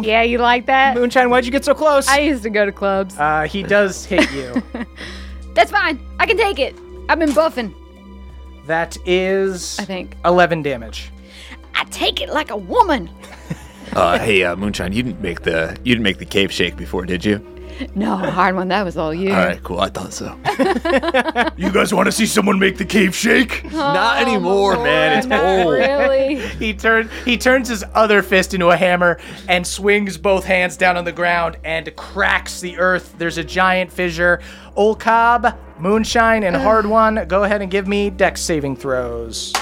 Yeah, you like that? Moonshine, why'd you get so close? I used to go to clubs. Uh, he does hit you. That's fine. I can take it. I've been buffing. That is I think. 11 damage. I take it like a woman. uh, hey, uh, Moonshine, you didn't make the you didn't make the cave shake before, did you? No, hard one. That was all you. All right, cool. I thought so. You guys want to see someone make the cave shake? Not anymore, man. It's old. Really? He turns he turns his other fist into a hammer and swings both hands down on the ground and cracks the earth. There's a giant fissure. Old Cobb, Moonshine, and Hard One, go ahead and give me dex saving throws.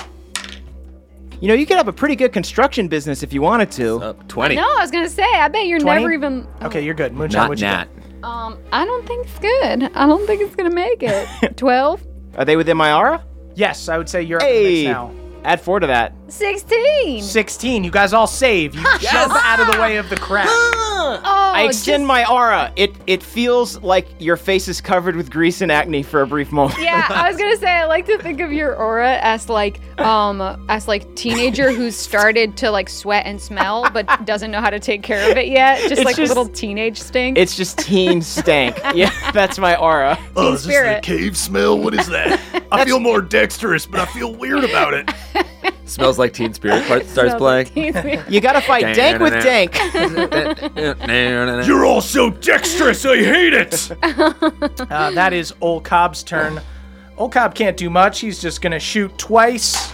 you know, you could have a pretty good construction business if you wanted to. Up 20. No, I was gonna say. I bet you're 20? never even. Okay, you're good. Moonshine, Not what you Nat. got? Um, I don't think it's good. I don't think it's gonna make it. Twelve. Are they within my aura? Yes, I would say you're up Hey, next now. add four to that. 16. 16. You guys all save. You jump out of the way of the crack. Oh, I extend my aura. It it feels like your face is covered with grease and acne for a brief moment. yeah, I was gonna say I like to think of your aura as like um as like teenager who's started to like sweat and smell but doesn't know how to take care of it yet. Just like just- little teenage stink. It's just teen stank. Yeah, that's my aura. Oh, is this the spirit. cave smell? What is that? I feel more dexterous, but I feel weird about it. Smells like Teen Spirit part starts playing. You gotta fight dank with dank. You're all so dexterous, I hate it. Uh, that is Old Cobb's turn. Old Cobb can't do much. He's just going to shoot twice.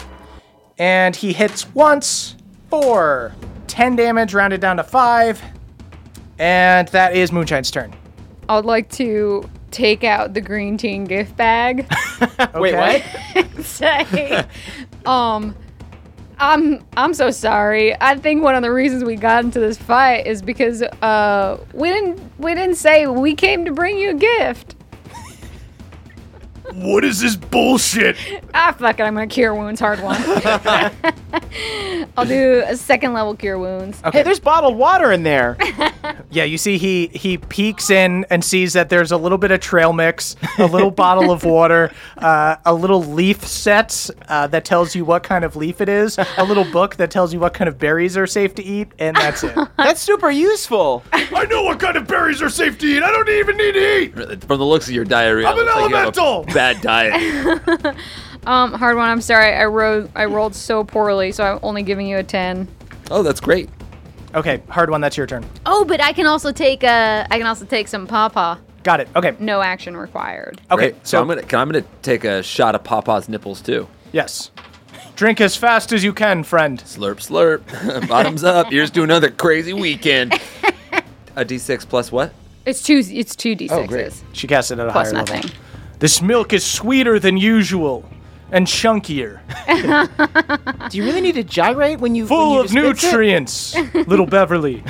And he hits once for 10 damage, rounded down to 5. And that is Moonshine's turn. I would like to take out the green teen gift bag. Wait, what? say, um, I'm I'm so sorry. I think one of the reasons we got into this fight is because uh we didn't we didn't say we came to bring you a gift. What is this bullshit? Ah, fuck it. I'm gonna cure wounds. Hard one. I'll do a second level cure wounds. Hey, there's bottled water in there. Yeah, you see, he he peeks in and sees that there's a little bit of trail mix, a little bottle of water, uh, a little leaf set uh, that tells you what kind of leaf it is, a little book that tells you what kind of berries are safe to eat, and that's it. That's super useful. I know what kind of berries are safe to eat. I don't even need to eat. From the looks of your diarrhea, I'm it an looks like you have a elemental. bad diet. Um, hard one. I'm sorry. I rolled I rolled so poorly, so I'm only giving you a ten. Oh, that's great. Okay, hard one. That's your turn. Oh, but I can also take uh I can also take some pawpaw. Got it. Okay. Okay. No action required. Great. So I'm gonna can, I'm gonna take a shot of Papa's nipples too. yes. Drink as fast as you can, friend. Slurp, slurp. Bottoms up. Here's to another crazy weekend. A D6 plus what? It's two it's two d Oh, sixes She cast it at a plus higher nothing. level. This milk is sweeter than usual, and chunkier, Do you really need to gyrate when you full when you of dispense it? nutrients. Little Beverly.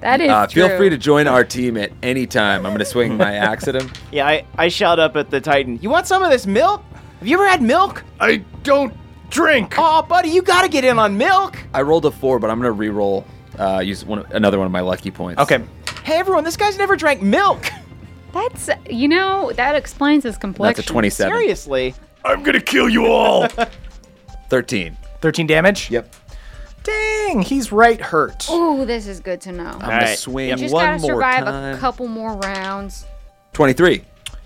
That is Uh, true. feel free to join our team at any time. I'm gonna swing my axe at him. Yeah, I, I shout up at the Titan. You want some of this milk? Have you ever had milk? I don't drink. Oh, buddy, you gotta get in on milk. I rolled a four, but I'm gonna re-roll. Uh, use one, another one of my lucky points. Okay. Hey, everyone, this guy's never drank milk. That's you know that explains his That's complexion. a 27. Seriously. I'm gonna kill you all. 13. 13 damage? Yep. Dang, he's right hurt. Ooh, this is good to know. I'm gonna right. swing You just one gotta more survive time. a couple more rounds. 23.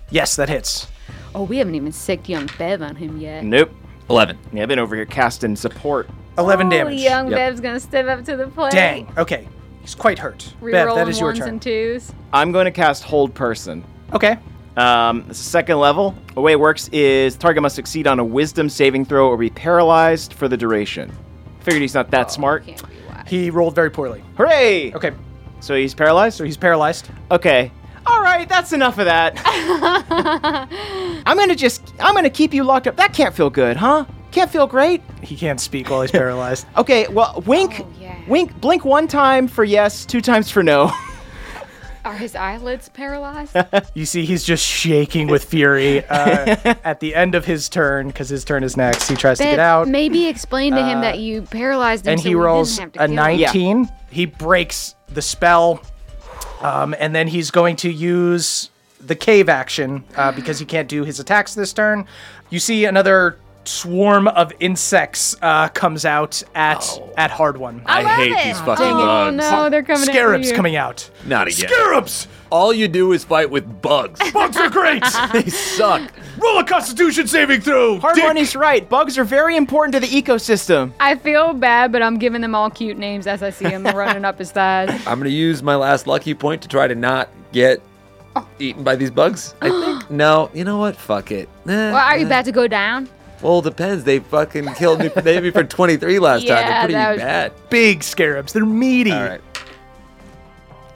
Yes, that hits. Oh, we haven't even sicked young Bev on him yet. Nope. 11. Yeah, I've been over here casting support. 11 Oh, damage. Young Yep. Bev's gonna step up to the plate. Dang. Okay. He's quite hurt. Bev, that Rerolling is your ones turn. and twos. I'm going to cast Hold Person. Okay. Um, this is second level. The way it works is target must succeed on a Wisdom saving throw or be paralyzed for the duration. Figured he's not that Oh, smart. Can't be wise. He rolled very poorly. Hooray! Okay. So he's paralyzed. So he's paralyzed. Okay. All right, that's enough of that. I'm gonna just, I'm gonna keep you locked up. That can't feel good, huh? Can't feel great. He can't speak while he's paralyzed. Okay, well, wink, Oh, yeah. wink, blink one time for yes, two times for no. Are his eyelids paralyzed? You see, he's just shaking with fury uh, at the end of his turn because his turn is next. He tries to get Bev, out, Uh, Maybe explain to him that you paralyzed him. and so he we didn't rolls have to a kill him. 19. He breaks the spell, um, and then he's going to use the cave action uh, because he can't do his attacks this turn. You see another swarm of insects uh, comes out at Oh. at hard one. I, hate it. these fucking Oh bugs. no, they're coming. Scarabs at you. coming out. Not again. Scarabs. All you do is fight with bugs. Bugs are great. they suck. Roll a Constitution saving throw. Hard dick. money's right. Bugs are very important to the ecosystem. I feel bad, but I'm giving them all cute names as I see them running up his thighs. I'm gonna use my last lucky point to try to not get eaten by these bugs. I think. no, you know what? Fuck it. Eh, Well, are you eh. about to go down? Well, depends. They fucking killed me. They hit me for 23 last time. They're Yeah, pretty that was- bad. Big scarabs. They're meaty. All right.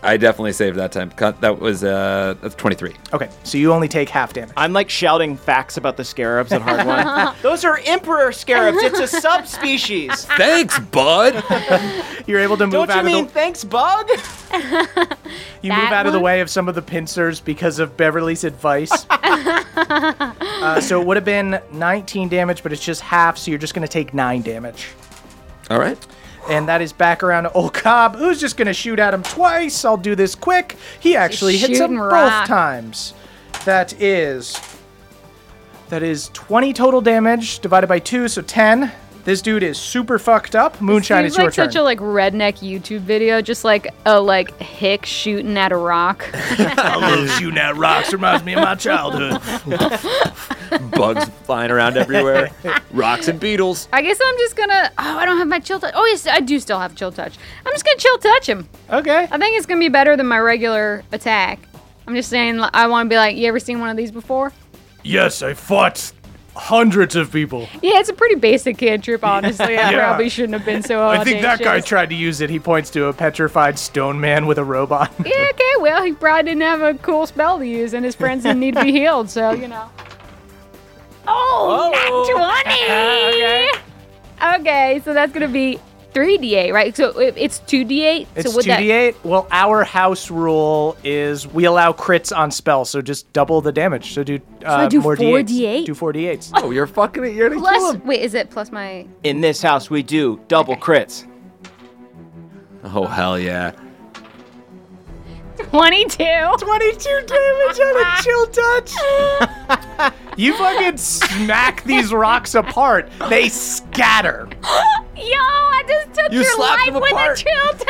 I definitely saved that time. Cut- That was uh, that's 23. Okay, so you only take half damage. I'm like shouting facts about the scarabs at hard one. Those are emperor scarabs. It's a subspecies. Thanks, bud. You're able to move Don't out you of mean the thanks, bug? You That move out of the one? way of some of the pincers because of Beverly's advice. uh, so it would have been 19 damage, but it's just half, so you're just going to take 9 damage. All right. And that is back around to old Cobb, who's just going to shoot at him twice. I'll do this quick. He actually hits him shooting rock. both times. That is. That is 20 total damage divided by 2, so 10. This dude is super fucked up. Moonshine Seems is your like turn. such a like redneck YouTube video, just like a like hick shooting at a rock. shooting at rocks reminds me of my childhood. Bugs flying around everywhere. Rocks and beetles. I guess I'm just gonna. Oh, I don't have my chill touch. Oh, yes, I do still have chill touch. I'm just gonna chill touch him. Okay. I think it's gonna be better than my regular attack. I'm just saying, li- I want to be like, you ever seen one of these before? Yes, I fought hundreds of people. Yeah, it's a pretty basic cantrip, honestly. I Yeah. probably shouldn't have been so. I think that guy audacious. tried to use it. He points to a petrified stone man with a robot. yeah, okay, well, he probably didn't have a cool spell to use, and his friends didn't need to be healed, so, you know. Oh, nat 20! okay. so that's going to be 3d8, right? So it- it's 2d8. It's so would two d eight. Well, our house rule is we allow crits on spells, so just double the damage. So do uh, do more four d8s. D8? Do four d eights. Oh, you're fucking it. You're that gonna kill plus, him. wait, is it plus Uh, my. In this house, we do double crits. Oh hell yeah. 22? Twenty two damage on a chill touch. you fucking smack these rocks apart. They scatter. Yo, I just took You your slapped life him with apart. a chill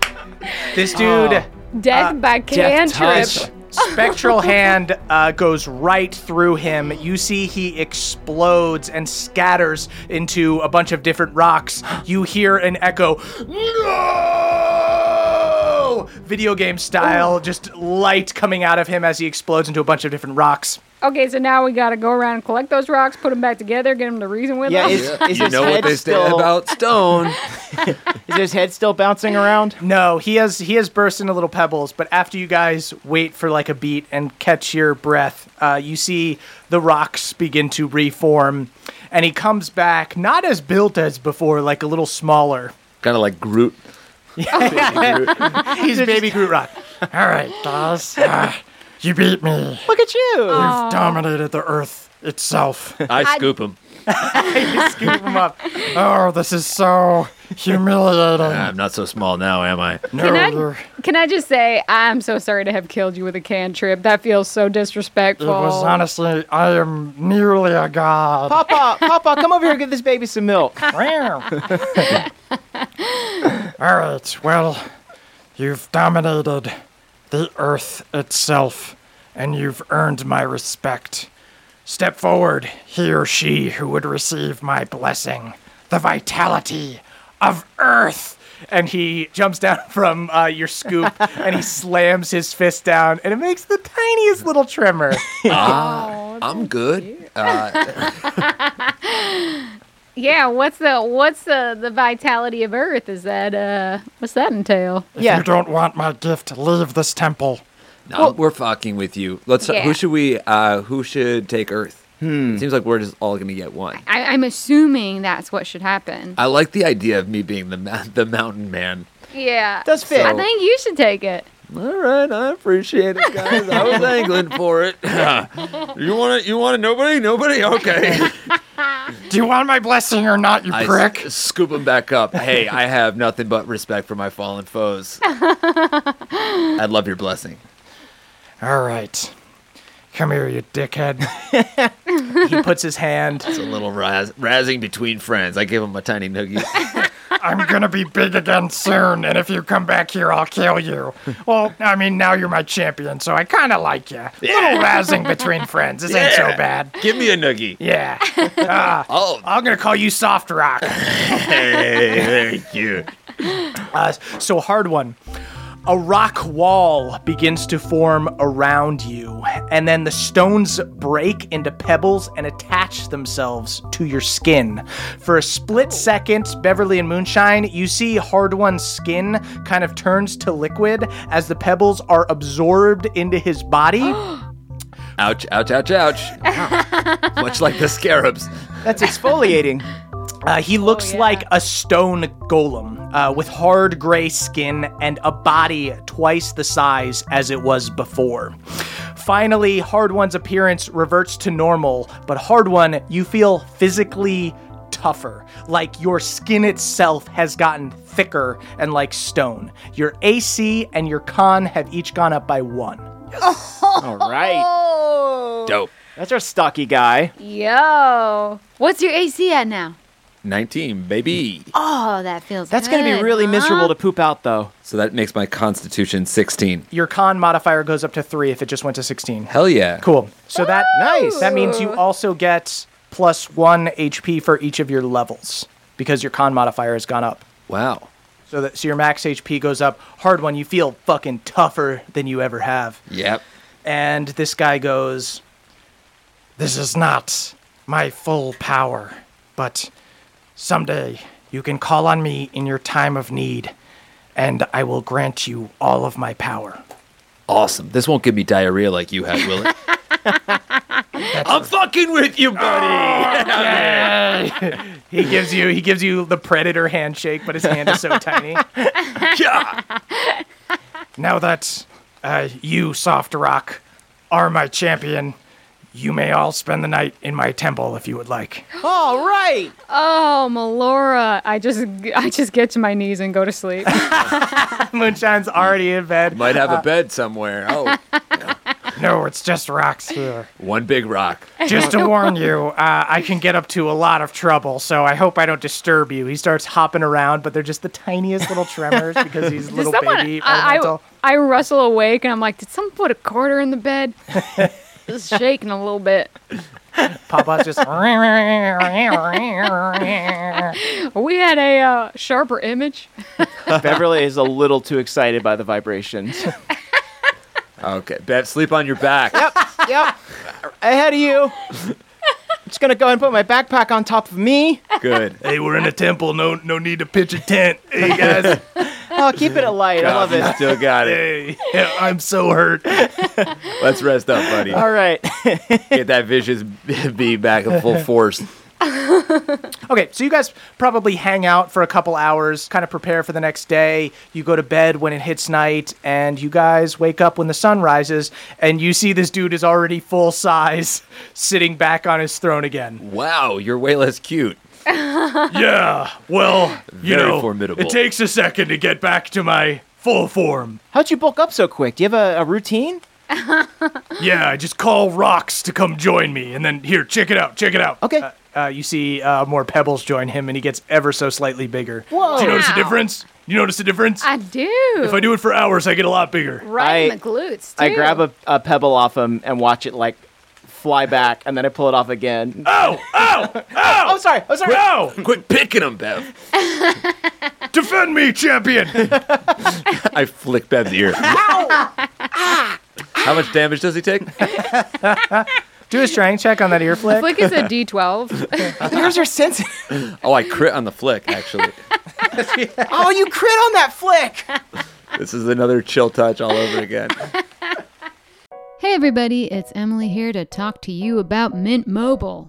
touch! This dude. Death by cantrip. His spectral hand uh, goes right through him. You see he explodes and scatters into a bunch of different rocks. You hear an echo, no! Video game style, just light coming out of him as he explodes into a bunch of different rocks. Okay, so now we gotta go around and collect those rocks, put them back together, get them to reason with Yeah, us. is, is You his know head what they say still, about stone. Is his head still bouncing around? No, he has he has burst into little pebbles, but after you guys wait for like a beat and catch your breath, uh, you see the rocks begin to reform, and he comes back not as built as before, like a little smaller. kind of like Groot. He's baby Groot Rock. All right, dolls. you beat me. Look at you. You've dominated the earth itself. I scoop him. Scoop him up. Oh, this is so humiliating. I'm not so small now, am I? Can I, can I just say, I'm so sorry to have killed you with a cantrip. That feels so disrespectful. honestly, I am merely a god. Papa, Papa, come over here and give this baby some milk. All right, well, you've dominated the earth itself, and you've earned my respect. Step forward, he or she who would receive my blessing, the vitality of earth. And he jumps down from uh, your scoop and he slams his fist down, and it makes the tiniest little tremor. I'm good. Uh, yeah, what's the what's the the vitality of Earth? Is that uh what's that entail? Yeah. don't want my gift, leave this temple. no, we're fucking with you. Let's. Yeah. Who should we? Uh, who should take Earth? Hmm. Seems like we're just all gonna get one. I, I'm assuming that's what should happen. Uh, I like the idea of me being the ma- the mountain man. yeah, Does fit. I think you should take it. All right, I appreciate it, guys. I was angling for it. you want to? You want to? Nobody? Nobody? Okay. Do you want my blessing or not, you I s- prick? scoop him back up. Hey, I have nothing but respect for my fallen foes. I love your blessing. All right. Come here, you dickhead. he puts his hand. It's a little raz- razzing between friends. I give him a tiny noogie. I'm going to be big again soon, and if you come back here, I'll kill you. Well, I mean, now you're my champion, so I kind of like you. Little rousing between friends. This ain't so Yeah. bad. give me a noogie. Yeah. Oh, I'm going to call you Soft Rock. hey, thank you. Uh, so hard one. A rock wall begins to form around you, and then the stones break into pebbles and attach themselves to your skin. For a split second, Beverly and Moonshine, you see Hard One's skin kind of turns to liquid as the pebbles are absorbed into his body. Ouch, ouch, ouch, ouch. Much like the scarabs. That's exfoliating. Uh, he looks yeah. like a stone golem uh, with hard gray skin and a body twice the size as it was before. Finally, Hard One's appearance reverts to normal, but Hard One, you feel physically tougher. Like your skin itself has gotten thicker and like stone. Your AC and your con have each gone up by one. All right. Oh. Dope. That's our stocky guy. Yo. What's your AC at now? 19, baby. Oh, that feels That's going to be good, really huh? miserable to poop out, though. So that makes my constitution 16. Your con modifier goes up to three if it just went to 16. Hell yeah. Cool. So that Nice. That means you also get plus one HP for each of your levels because your con modifier has gone up. Wow. So that so your max HP goes up. Hard one. You feel fucking tougher than you ever have. Yep. And this guy goes, "This is not my full power, but someday you can call on me in your time of need, and I will grant you all of my power." Awesome. This won't give me diarrhea like you had, will it? I'm fucking with you, buddy. He gives you he gives you the predator handshake, but his hand is so tiny. Yeah. Now that uh, you, Soft Rock, are my champion, you may all spend the night in my temple if you would like. All right. Oh, Melora. I just I just get to my knees and go to sleep. Moonshine's already in bed. Might Uh, have a bed somewhere. Oh, No, it's just rocks here. one big rock. Just to warn you, uh, I can get up to a lot of trouble, so I hope I don't disturb you. He starts hopping around, but they're just the tiniest little tremors because he's Did little someone uh, baby I, I, elemental. I rustle awake and I'm like, did someone put a quarter in the bed? It's shaking a little bit. Papa's just. We had a uh, sharper image. Beverly is a little too excited by the vibrations. Okay. Bev, sleep on your back. yep. Ahead of you. Just gonna go and put my backpack on top of me. Good. hey, we're in a temple. No, no need to pitch a tent. Hey guys. Oh, keep it light. I love You it. Still got it. hey, I'm so hurt. Let's rest up, buddy. All right. Get that vicious bee back in full force. Okay, so you guys probably hang out for a couple hours, kind of prepare for the next day. You go to bed when it hits night, and you guys wake up when the sun rises, and you see this dude is already full size, sitting back on his throne again. Wow, you're way less cute. Yeah, well, you Very know, formidable. it takes a second to get back to my full form. How'd you bulk up so quick? Do you have a, a routine? Yeah, I just call rocks to come join me, and then here, check it out, check it out. Okay. Uh, uh, you see uh, more pebbles join him, and he gets ever so slightly bigger. Whoa. Do you notice the Wow. difference? You notice the difference? I do. If I do it for hours, I get a lot bigger. right in I- the glutes. Too. I grab a, a pebble off him and watch it like fly back, and then I pull it off again. Oh, oh, Oh, sorry. Oh, sorry. no! Quit picking him, Bev. Defend me, champion! I flick Bev's ear. Ah! How much damage does he take? Do a strength check on that ear flick. Flick is a D12. Yours are sensitive. Oh, I crit on the flick, actually. Oh, you crit on that flick. This is another chill touch all over again. Hey everybody, it's Emily here to talk to you about Mint Mobile.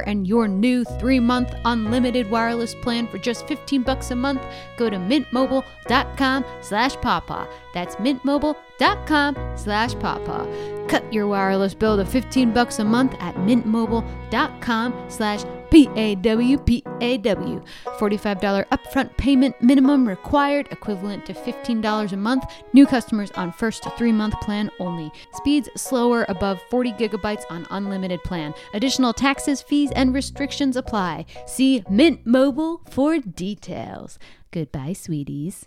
and your new three month unlimited wireless plan for just 15 bucks a month, go to mintmobile.com slash pawpaw. That's mintmobile.com slash pawpaw. Cut your wireless bill to 15 bucks a month at mintmobile.com slash P-A-W-P-A-W. $45 upfront payment minimum required, equivalent to $15 a month. New customers on first three-month plan only. Speeds slower above 40 gigabytes on unlimited plan. Additional taxes, fees, and restrictions apply. See Mint Mobile for details. Goodbye, sweeties.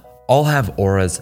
all have auras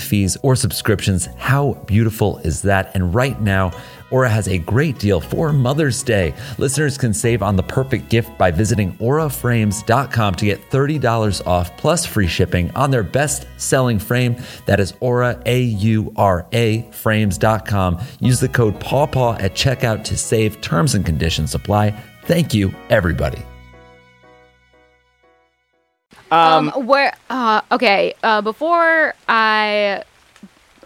fees or subscriptions. How beautiful is that? And right now, Aura has a great deal for Mother's Day. Listeners can save on the perfect gift by visiting auraframes.com to get $30 off plus free shipping on their best selling frame. That is aura, A U R A, frames.com. Use the code PAWPAW at checkout to save. Terms and conditions apply. Thank you, everybody. Um, where? Uh, okay. Uh, before I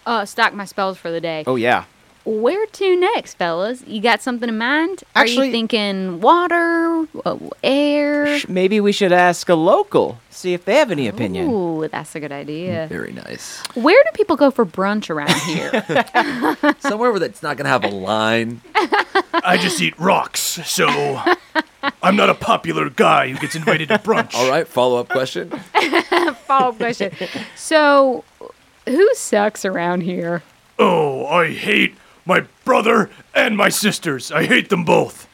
uh, stock my spells for the day. Oh yeah. Where to next, fellas? You got something in mind? Are Actually- you thinking water, uh, air? Sh- Maybe we should ask a local, see if they have any opinion. Ooh, that's a good Mm, idea. Very nice. Where do people go for brunch around here? Somewhere where that's not going to have a line. I just eat rocks, so I'm not a popular guy who gets invited to brunch. All right, follow up question. Follow up question. So, who sucks around here? Oh, I hate my brother and my sisters. I hate them both.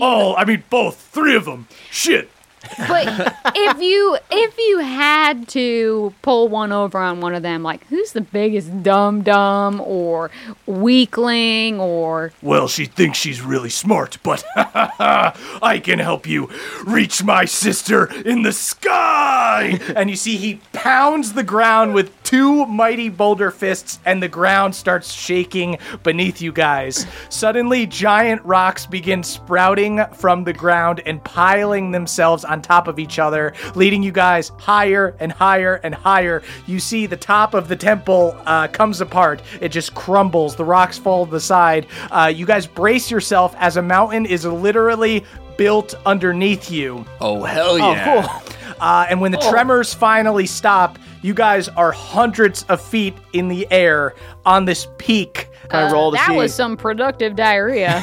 All, I mean, both. Three of them. Shit. But if you if you had to pull one over on one of them, like who's the biggest dum dum or weakling or Well, she thinks she's really smart, but I can help you reach my sister in the sky. and you see he pounds the ground with two mighty boulder fists and the ground starts shaking beneath you guys suddenly giant rocks begin sprouting from the ground and piling themselves on top of each other leading you guys higher and higher and higher you see the top of the temple uh, comes apart it just crumbles the rocks fall to the side uh, you guys brace yourself as a mountain is literally built underneath you Oh, hell yeah. Oh, cool. Uh, and when the tremors finally stop, you guys are hundreds of feet in the air on this peak. Uh, Can I roll to that see? was some productive diarrhea.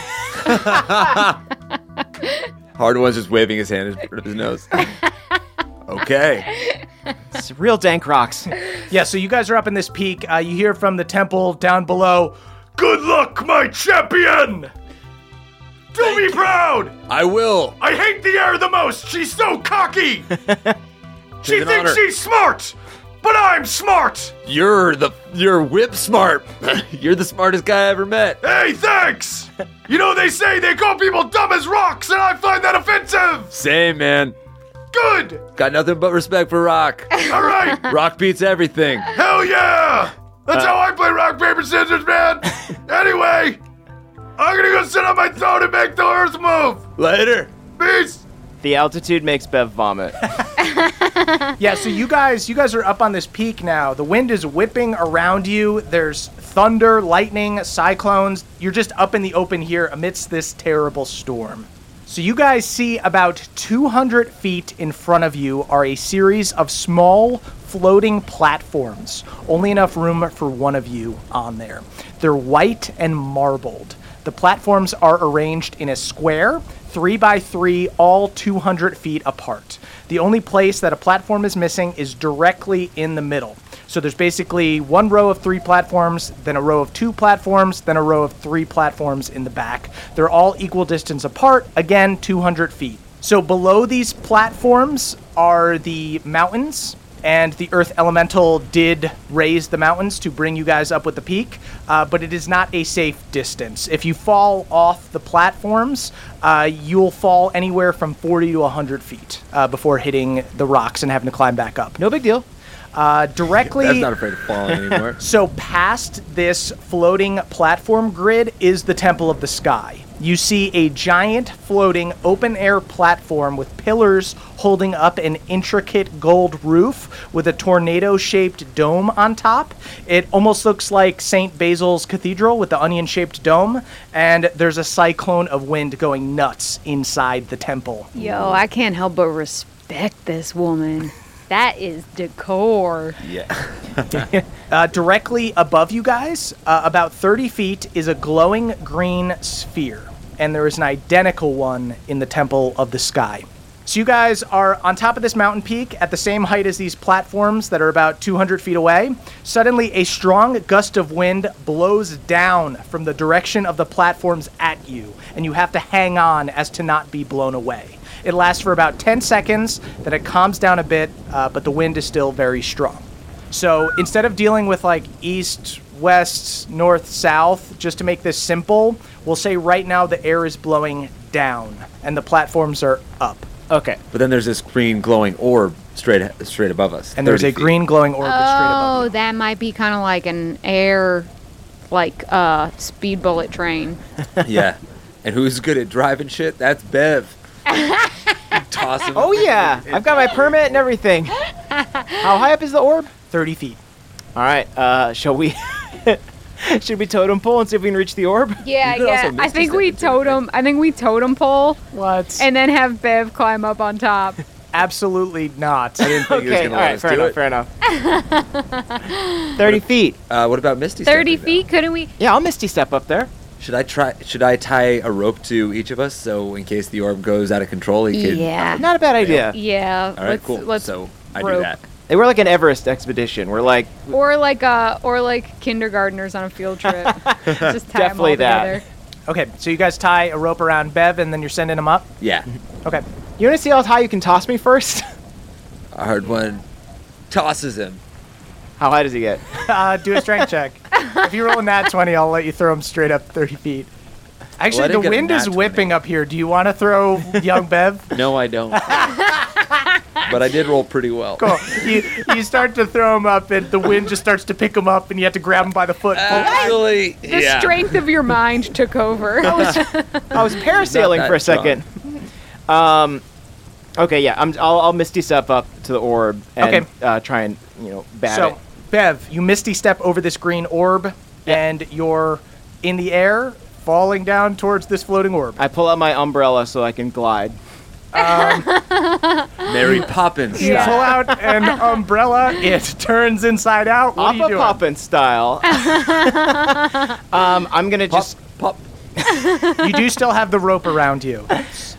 Hard one's just waving his hand in front of his nose. okay. It's real dank rocks. Yeah, so you guys are up in this peak. Uh, you hear from the temple down below. Good luck, my champion! Do me proud! I will. I hate the air the most! She's so cocky! she an thinks honor. she's smart! But I'm smart! You're the you're whip smart. you're the smartest guy I ever met. Hey, thanks! You know, they say they call people dumb as rocks, and I find that offensive! Same man. Good! Got nothing but respect for rock. Alright! rock beats everything. Uh, Hell yeah! That's how I play Uh, rock, paper, scissors, man! anyway, I'm gonna go sit on my throne and make the earth move! Later. Peace! The altitude makes Bev vomit. Yeah, so you guys, you guys are up on this peak now. The wind is whipping around you. There's thunder, lightning, cyclones. You're just up in the open here amidst this terrible storm. So you guys see about 200 feet in front of you are a series of small floating platforms. Only enough room for one of you on there. They're white and marbled. The platforms are arranged in a square, three by three, all 200 feet apart. The only place that a platform is missing is directly in the middle. So there's basically one row of three platforms, then a row of two platforms, then a row of three platforms in the back. They're all equal distance apart, again, 200 feet. So below these platforms are the mountains, and the Earth Elemental did raise the mountains to bring you guys up with the peak, uh, but it is not a safe distance. If you fall off the platforms, uh, you'll fall anywhere from 40 to 100 feet uh, before hitting the rocks and having to climb back up. No big deal. uh, directly. That's not afraid of falling anymore. so past this floating platform grid is the Temple of the Sky. You see a giant floating open air platform with pillars holding up an intricate gold roof with a tornado shaped dome on top. It almost looks like St. Basil's Cathedral with the onion shaped dome, and there's a cyclone of wind going nuts inside the temple. Yo, I can't help but respect this woman. That is decor. Yeah. uh, directly above you guys, uh, about 30 feet, is a glowing green sphere. And there is an identical one in the Temple of the Sky. So you guys are on top of this mountain peak at the same height as these platforms that are about 200 feet away. Suddenly, a strong gust of wind blows down from the direction of the platforms at you, and you have to hang on as to not be blown away. It lasts for about 10 seconds, then it calms down a bit, uh, but the wind is still very strong. So instead of dealing with like east, west, north, south, just to make this simple, we'll say right now the air is blowing down and the platforms are up. Okay. But then there's this green glowing orb straight straight above us. And there's 30 a green glowing orb that's straight above. Oh, that might be kind of like an air, like uh, speed bullet train. feet. yeah. And who's good at driving shit? That's Bev. Toss him. Oh yeah, I've got my permit and everything. Oh. How high up is the orb? Thirty feet. All right. Uh, shall we? should we totem pole and see if we can reach the orb? Yeah, yeah. I think we totem. I think we totem pole. What? And then have Bev climb up on top. Absolutely not. I didn't think he was gonna let us fair do enough, it. fair enough. 30 feet. Uh, what about Misty? Thirty stepping feet? Couldn't we? Yeah, I'll Misty Step up there. down? Should I try? Should I tie a rope to each of us so in case the orb goes out of control, he can? Yeah. Not a bad idea. Yeah. All right, let's, cool. Let's, so I do rope. that. They were like an Everest expedition. We're like, or like uh, or like kindergartners on a field trip. Just tie 'em Definitely all that. together. Okay, so you guys tie a rope around Bev and then you're sending him up? Yeah. Okay. you want to see how high you can toss me first? A hard one tosses him. how high does he get? Uh, do a strength check. If you roll a nat 20, I'll let you throw him straight up 30 feet. Actually, Let him the get a wind nat is 20. whipping up here. Do you want to throw young Bev? No, I don't. but I did roll pretty well. Cool. You, you start to throw him up, and the wind just starts to pick him up, and you have to grab him by the foot. Uh. Actually, The yeah. Oh, strength of your mind took over. I was parasailing that for a second. Um, okay, yeah, I'm, I'll, I'll Misty Step up to the orb and Okay. uh, try and, you know, bat so, it. Bev, you misty step over this green orb, and you're in the air, falling down towards this floating orb. I pull out my umbrella so I can glide. Mary Poppins. You pull out an umbrella, it turns inside out. What are you Papa doing? Poppin style. um, I'm gonna just. Pop. You do still have the rope around you.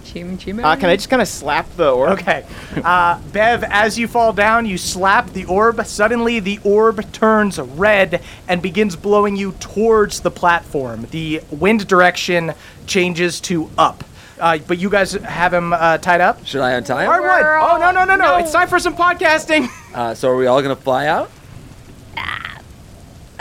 Chim chim. Uh, can I just kind of slap the orb? Okay. Uh, Bev, as you fall down, you slap the orb. Suddenly, the orb turns red and begins blowing you towards the platform. The wind direction changes to up. Uh, but you guys have him uh, tied up? Should I untie Hard him? one. Girl, Oh no no no no! no. It's time for some podcasting. Uh, so are we all gonna fly out?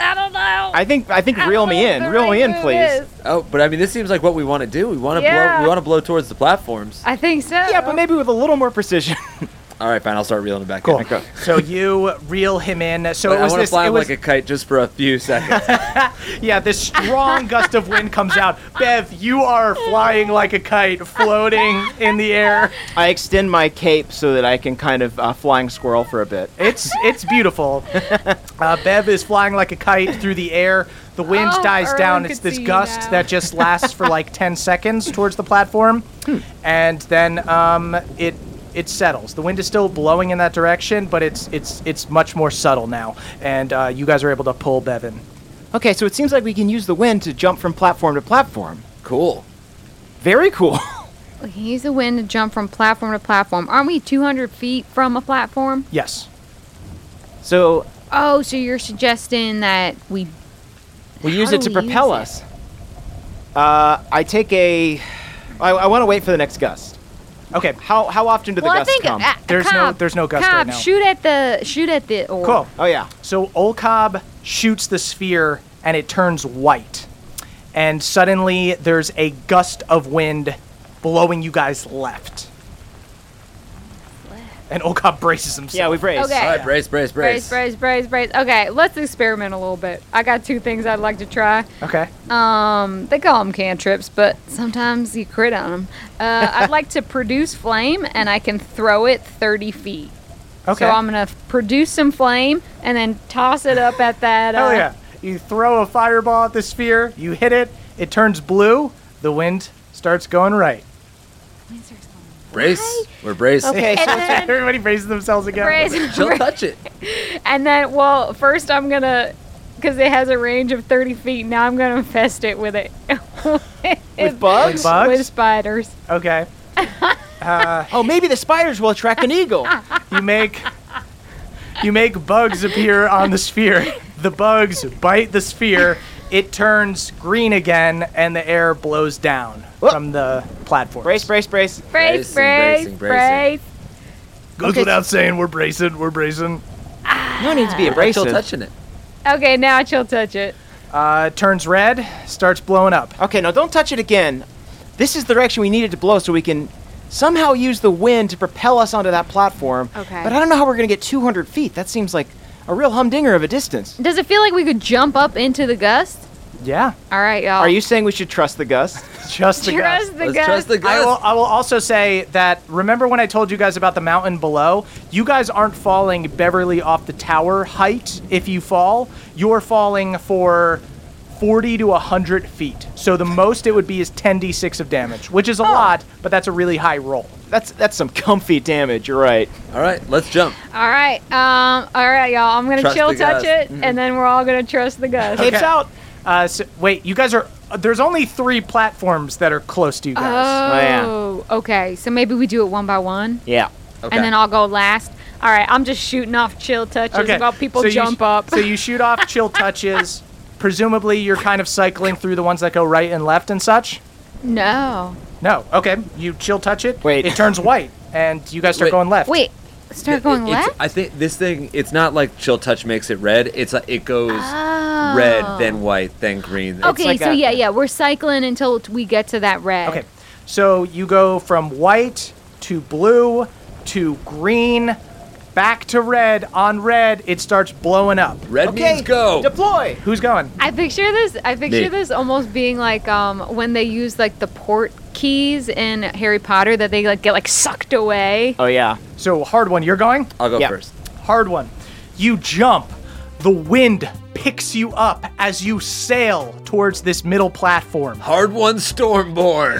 I don't know. I think I think I don't reel me know in, what the reel right me in, move please. is. Oh, but I mean, this seems like what we want to do. We want to Yeah. blow. We want to blow towards the platforms. I think so. Yeah, but maybe with a little more precision. All right, fine. I'll start reeling it back. Cool. In. But So you reel him in. So it I was want to this. fly it him was, like a kite just for a few seconds. yeah, this strong gust of wind comes out. Bev, you are flying like a kite, floating in the air. I extend my cape so that I can kind of uh, flying squirrel for a bit. It's it's beautiful. Uh, Bev is flying like a kite through the air. The wind Oh, dies Erwin down. could It's this see you gust now. that just lasts for like ten seconds towards the platform, Hmm. and then um, it it settles. The wind is still blowing in that direction, but it's it's it's much more subtle now. And uh, you guys are able to pull Bevin. Okay, so it seems like we can use the wind to jump from platform to platform. cool. Very cool. We can use the wind to jump from platform to platform. Aren't we 200 feet from a platform? Yes. So Oh, so you're suggesting that we. we How use do it to we propel use us. Uh, I take a. I, I want to wait for the next gust. Okay. How how often do the well, I gusts think come? uh, There's no- Cobb, there's no gust right Cobb, now. shoot at the shoot at the orb. Cool. oh yeah. So Olcob shoots the sphere and it turns white. And suddenly there's a gust of wind blowing you guys left. And Olcott braces himself. Yeah, we brace. Okay. All right, brace, brace, Brace, brace, brace, brace. Okay, let's experiment a little bit. I got two things I'd like to try. Okay. Um, they call them cantrips, but sometimes you crit on them. Uh, I'd like to produce flame, and I can throw it 30 feet. Okay. So I'm gonna produce some flame and then toss it up at that. Hell uh, yeah. You throw a fireball at the sphere, you hit it, it turns blue, the wind starts going right. Brace. We're braced. Okay, so- And then- everybody braces themselves again. Brace- She'll touch it. And then, well, first I'm gonna, because it has a range of 30 feet. Now I'm gonna infest it with it. with bugs? With bugs? With spiders. Okay. Uh, oh, maybe the spiders will attract an eagle. Ah. You make you make bugs appear on the sphere. The bugs bite the sphere. It turns green again, and the air blows down from the platform. Brace, brace, brace. Brace, brace, Bracing, bracing, brace. Goes Okay. without saying, we're bracing, we're bracing. No need to be Still abrasive. touching it. Okay, now she'll touch it. Uh, turns red, starts blowing up. Okay, now don't touch it again. This is the direction we needed to blow so we can somehow use the wind to propel us onto that platform. Okay. But I don't know how we're going to get 200 feet. That seems like a real humdinger of a distance. Does it feel like we could jump up into the gust? Yeah, All right, y'all. Are you saying we should trust the gust? just the gust. Trust the Let's ghost. trust the I guys. will, I will also say that remember when I told you guys about the mountain below? You guys aren't falling Beverly off the tower height if you fall. You're falling for 40 to 100 feet. So the most it would be is 10d6 of damage, which is a lot, but that's a really high roll. That's that's some comfy damage. You're right. All right, let's jump. All right, um, all right, y'all. I'm gonna Trust chill the touch gust. it, Mm-hmm. and then we're all gonna trust the gust. Capes out. Uh, so, wait, you guys are. uh, There's only three platforms that are close to you guys. Oh, okay. So maybe we do it one by one, Yeah. Okay. and then I'll go last. All right, I'm just shooting off chill touches while people so you jump sh- up. So you shoot off chill touches. Presumably, you're kind of cycling through the ones that go right and left and such. no, No. Okay. You chill touch it. Wait. It turns white, and you guys start Wait. going left. wait, start It- going it's- left. I think this thing. It's not like chill touch makes it red. It's like it goes Uh, red, then white, then green. okay, like so a- yeah, yeah, we're cycling until t- we get to that red. Okay. So you go from white to blue to green, back to red. On red, it starts blowing up. Red means go. Deploy. Who's going? I picture this. I picture Me. this almost being like um, when they use like the port keys in Harry Potter that they like get like sucked away. Oh yeah. So hard one. You're going. I'll go Yeah. first. hard one. You jump. The wind picks you up as you sail towards this middle platform. Hard one, Stormborn.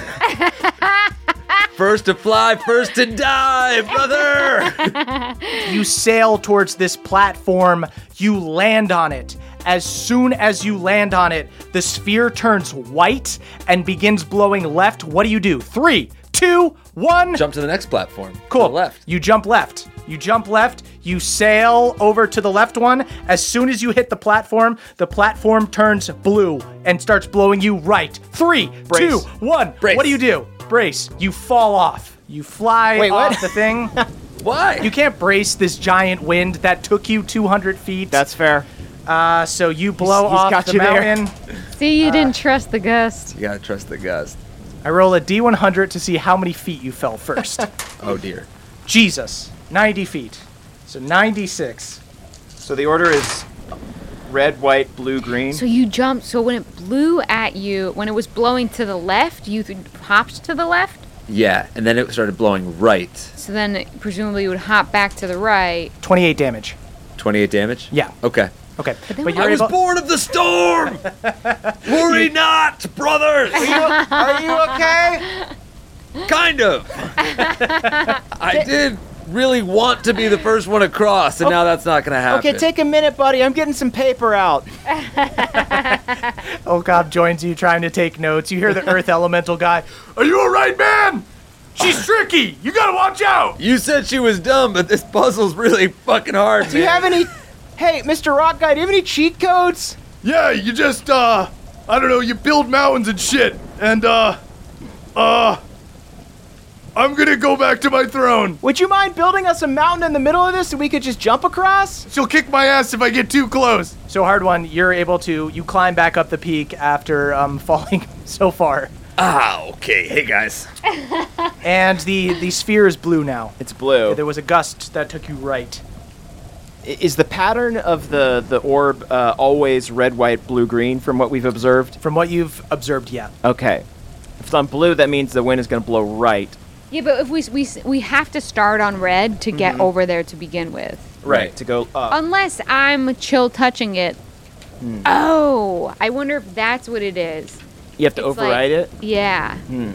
first to fly, first to die, brother. You sail towards this platform. You land on it. As soon as you land on it, the sphere turns white and begins blowing left. What do you do? Three, two, one. Jump to the next platform. to Cool. the left. You jump left. You jump left. You sail over to the left one. As soon as you hit the platform, the platform turns blue and starts blowing you right. Three, two, one. Brace. Brace. What do you do? Brace. You fall off. You fly Wait, what? off the thing. Why? you can't brace this giant wind that took you 200 feet. That's fair. uh, so you blow he's off got the you there. mountain. See, you didn't trust the gust. You gotta trust the gust. I roll a d100 to see how many feet you fell first. Oh dear. Jesus, 90 feet. So 96. So the order is red, white, blue, green. So you jumped. So when it blew at you, when it was blowing to the left, you th- hopped to the left. Yeah, and then it started blowing right. So then presumably you would hop back to the right. 28 damage. 28 damage? Yeah. Okay. Okay. But, then you're I was able. born of the storm! Worry not, brothers! Are you okay? Kind of. I did really want to be the first one across, and now that's not gonna happen. okay, take a minute, buddy. I'm getting some paper out. Olcop joins Oh, you trying to take notes. You hear the earth elemental guy. Are you alright, man? She's tricky. You gotta watch out. You said she was dumb, but this puzzle's really fucking hard. Do you have any? Hey, Mr. Rock Guy, do you have any cheat codes? Yeah, you just, uh, I don't know, you build mountains and shit. And, uh, uh, I'm gonna go back to my throne. Would you mind building us a mountain in the middle of this so we could just jump across? She'll kick my ass if I get too close. So hard one. You're able to. You climb back up the peak after um, falling so far. Ah, okay. Hey, guys. and the the sphere is blue now. It's blue. There was a gust that took you right. I- Is the pattern of the the orb uh, always red, white, blue, green? From what we've observed. From what you've observed, yeah. Okay. If it's on blue, that means the wind is going to blow right. Yeah, but if we s- we s- we have to start on red to get Mhm. over there to begin with. Right. To go up. Unless I'm chill touching it. Hmm. Oh, I wonder if that's what it is. You have to Oh, It's like- override it. Yeah. Hmm.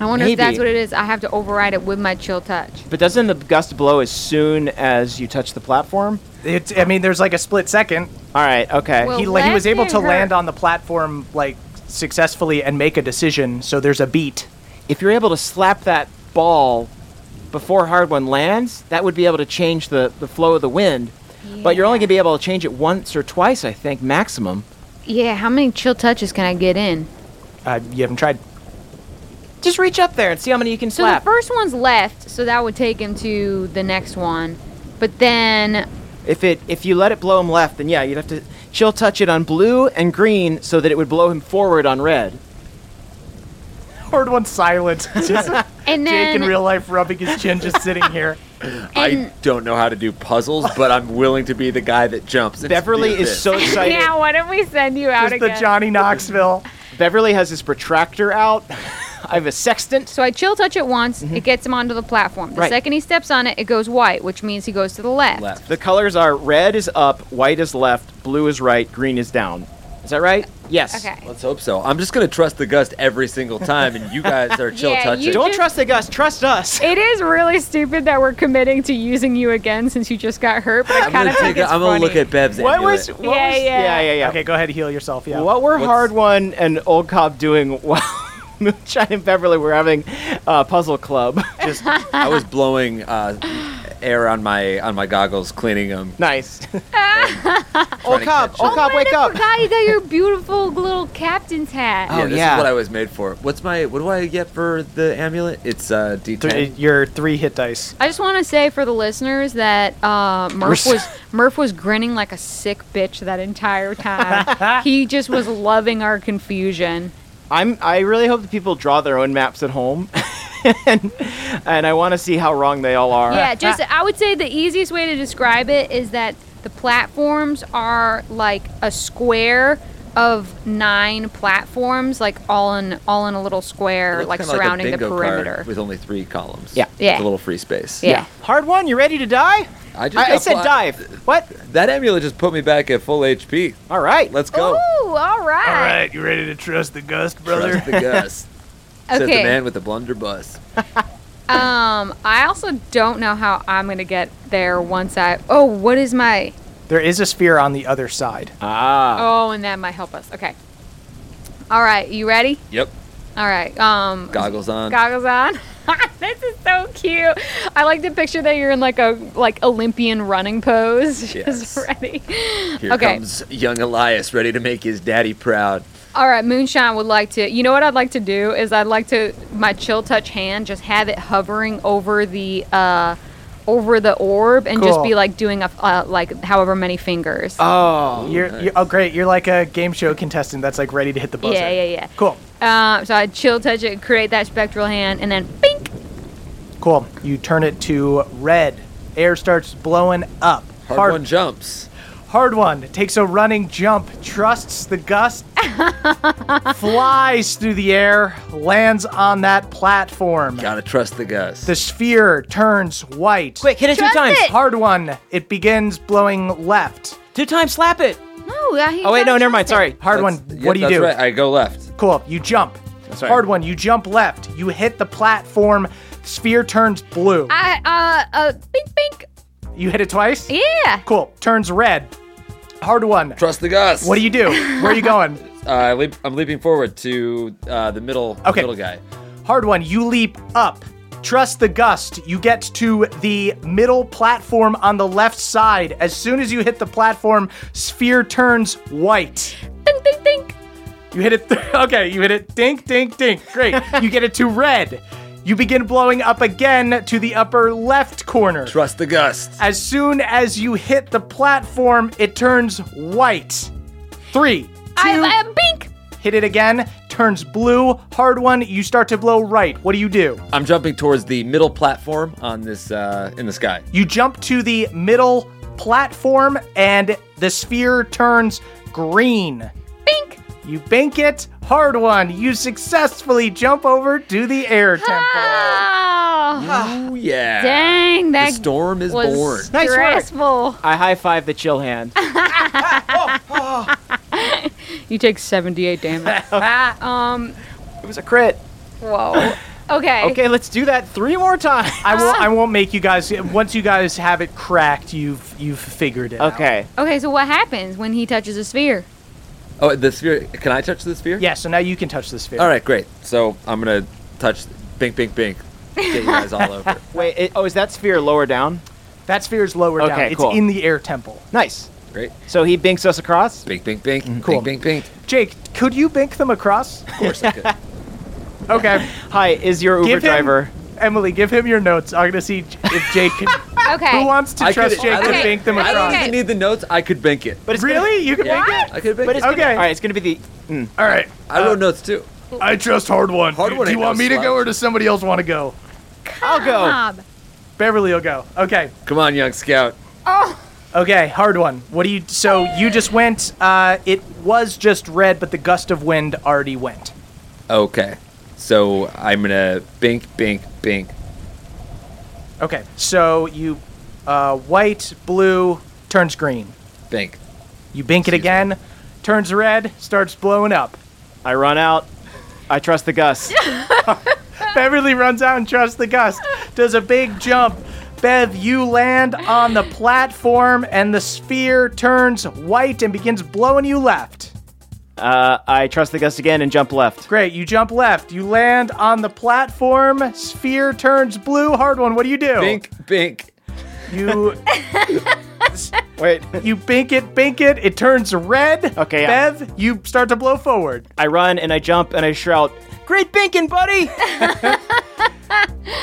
I wonder if Maybe. that's what it is. I have to override it with my chill touch. But doesn't the gust blow as soon as you touch the platform? It's. I mean, there's like a split second. All right. Okay. he, like, he was able to land on the platform like successfully and make a decision. So there's a beat. If you're able to slap that ball before hard one lands, that would be able to change the, the flow of the wind. But you're only going to be able to change it once or twice, I think, maximum. Yeah, how many chill touches can I get in? Uh, you haven't tried. Just reach up there and see how many you can So slap. the first one's left, so that would take him to the next one. But then If it if you let it blow him left, then yeah, you'd have to chill touch it on blue and green so that it would blow him forward on red. Hard one silent. Just And Jake in then- real life rubbing his chin, just sitting here. I don't know how to do puzzles, but I'm willing to be the guy that jumps. It's Beverly is this. so excited. now, why don't we send you out Just the again? Johnny Knoxville. Beverly has his protractor out. I have a sextant. So I chill touch it once. It gets him onto the platform. The Right. second he steps on it, it goes white, which means he goes to the left. The colors are red is up, white is left, blue is right, green is down. Is that right? Yes. Okay. Let's hope so. I'm just gonna trust the gust every single time, and you guys are chill Yeah, touching. you Don't just- trust the gust. Trust us. It is really stupid that we're committing to using you again since you just got hurt. But I I'm kind gonna of think take. A, it's I'm gonna funny. look at Bev's What amulet. was? What Yeah, was, yeah. yeah, yeah, yeah. Okay, go ahead, heal yourself. Yeah. What were What's- Hard One and Old Cop doing while Moonshine and Beverly were having uh, puzzle club? Just, I was blowing uh, air on my on my goggles, cleaning them. nice. Trying old to Cop, catch Old up. Cop, wake up! Oh, Guy, you got your beautiful little captain's hat. Yeah, this yeah. is what I was made for. What's my? What do I get for the amulet? It's uh, Three, D10. your three hit dice. I just want to say for the listeners that uh, Murph We're was Murph was grinning like a sick bitch that entire time. he just was loving our confusion. I'm. I really hope that people draw their own maps at home, and, and I want to see how wrong they all are. Yeah, just I would say the easiest way to describe it is that the platforms are like a square of nine platforms, like all in all in a little It square, looks like kinda surrounding like a the bingo card perimeter. with only three columns. Yeah. Yeah. With a little free space. yeah. Hard One, you ready to die? I just. I, I got said fly- dive. What? That amulet just put me back at full HP. All right. Let's go. Ooh, all right. you ready to trust the gust, Trust the gust. Says the Okay. man with the blunderbuss. Um, I also don't know how I'm gonna get there once I. Oh, what is my? There is a sphere on the other side. Ah. Oh, and that might help us. Okay. All right, you ready? Yep. All right. Um, Goggles on. goggles on. this is so cute. I like to picture that you're in like a like Olympian running pose. Yes. Just ready. Here okay. comes young Elias, ready to make his daddy proud. All right, Moonshine would like to. You know what I'd like to do is I'd like to my chill touch hand just have it hovering over the uh over the orb and just Cool. be like doing a uh, like however many fingers. Oh. You're, you're oh great. You're like a game show contestant that's like ready to hit the buzzer. yeah, yeah, yeah. Cool, Uh, so I'd chill touch it, create that spectral hand, and then bink. cool. You turn it to red. Air starts blowing up. Hard, one jumps. Hard one takes a running jump, trusts the gust, flies through the air, lands on that platform. Gotta trust the gust. The sphere turns white. Quick, hit it Trust two times. it. Hard one. It begins blowing left. Two times, slap it. No, yeah, he Oh wait, no, gotta never mind. trust Sorry. it. Hard one. That's- What yep, do you that's do? Right. I go left. Cool. You jump. right. Hard one. You jump left. You hit the platform. Sphere turns blue. I uh uh bink bink. you hit it twice. Yeah. Cool. Turns red. Hard one. Trust the gust. What do you do? Where are you going? Uh, I leap, I'm leaping forward to uh, the middle. the Okay. Middle guy. Hard one. You leap up. Trust the gust. You get to the middle platform on the left side. As soon as you hit the platform, sphere turns white. Ding ding ding. You hit it. Th- okay, you hit it. Dink, dink, dink. Great. you get it to red. You begin blowing up again to the upper left corner. Trust the gust. As soon as you hit the platform, it turns white. Three, two, I, I bink. hit it again, turns blue. Hard one, you start to blow right. What do you do? I'm jumping towards the middle platform on this uh, in the sky. You jump to the middle platform, and the sphere turns green. Bink! You bink it. Hard one. You successfully jump over to the air Oh, temple. yeah. Dang, that was Nice work. Stressful. I high five the chill hand. you take 78 damage. um, it was a crit. Whoa. Okay. Okay, let's do that three more times. I won't. I won't make you guys. Once you guys have it cracked, you've you've figured it. Okay. Okay, so what happens when he touches a sphere? Oh, the sphere. Can I touch the sphere? Yeah. So now you can touch the sphere. All right, great. So I'm gonna touch. Bink, bink, bink. Get you guys all over. Wait, it, oh, is that sphere lower down? That sphere is lower okay, down. It's cool. in the air temple. Nice. Great. So he binks us across? Bink, bink, bink. Mm-hmm. Cool. Bink, bink, bink. Jake, could you bink them across? Of course I could. okay. Hi, is your Uber Give him- driver. Emily, give him your notes. I'm gonna see j- if Jake can. Okay. Who wants to I trust could- Jake I to don't- bink them I across? don't even need the notes. I could bink it. But it's really? you can Yeah, bink it? I could bink But it. it's gonna- Okay. all right, it's going to be the. Mm. All right. I wrote Uh, notes too. I trust Hard One. Hard Do- One Do you ain't no want me to slouch. go or does somebody else want to go? I'll go. Bob. Beverly will go. Okay. Come on, young scout. Okay. Hard one. What do you? So you just went. Uh, it was just red, but the gust of wind already went. Okay. So I'm gonna bink, bink, bink. Okay. So you, uh, white, blue turns green. Bink. You bink it again, turns red, starts blowing up. I run out. I trust the Gus. Beverly runs out and trusts the gust, does a big jump. Bev, you land on the platform, and the sphere turns white and begins blowing you left. Uh, I trust the Gus again and jump left. Great, you jump left. You land on the platform. Sphere turns blue. Hard one. What do you do? Bink, bink. You Wait, you bink it, bink it. It turns red. Okay, I- Bev, you start to blow forward. I run and I jump and I shout, Great binking, buddy!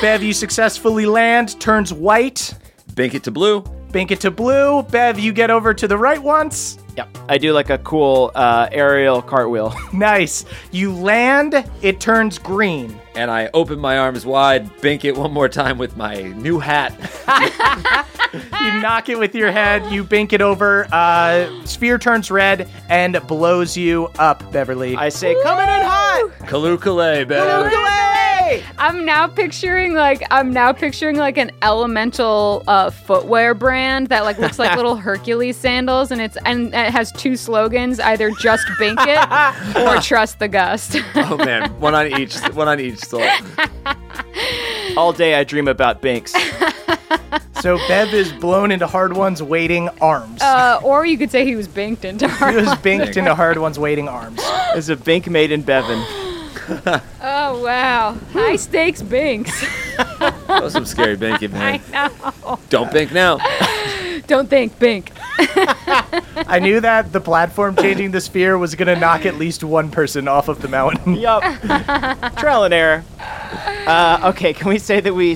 Bev, you successfully land. Turns white. Bink it to blue. Bink it to blue. Bev, you get over to the right once. Yep. I do like a cool uh, aerial cartwheel. Nice. You land, it turns green. And I open my arms wide, bink it one more time with my new hat. You knock it with your head, you bink it over, uh, sphere turns red and blows you up, Beverly. I say, Coming in hot! Kalu Kalay, babe. I'm now picturing like I'm now picturing like an elemental uh, footwear brand that like looks like little Hercules sandals, and it's and it has two slogans: either just bink it or trust the gust. Oh man, one on each, one on each soul. All day I dream about binks. so Bev is blown into hard one's waiting arms. uh, or you could say he was binked into he was her. binked into hard one's waiting arms. There's a bink made in Bevan. Oh wow, high stakes binks. That was some scary banking, man. Don't bink now. Don't think bink. I knew that the platform changing the sphere was gonna knock at least one person off of the mountain. yup. Trial and error. Uh, okay, can we say that we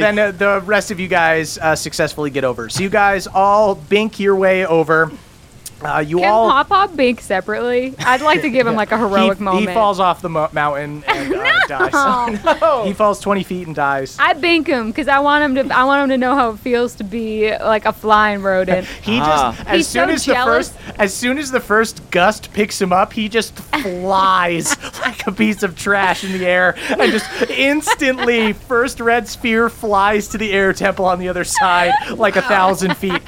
Yes, so then uh, the rest of you guys uh, successfully get over. So you guys all bink your way over. Uh, you Can all Pop Pop bink separately? I'd like to give him like a heroic he, moment. He falls off the mo- mountain and uh, dies. He falls 20 feet and dies. I bink him because I want him to. I want him to know how it feels to be like a flying rodent. He Ah. just as He's soon so as jealous. the first as soon as the first gust picks him up, he just flies like a piece of trash in the air and just instantly first red sphere flies to the air temple on the other side like a thousand feet.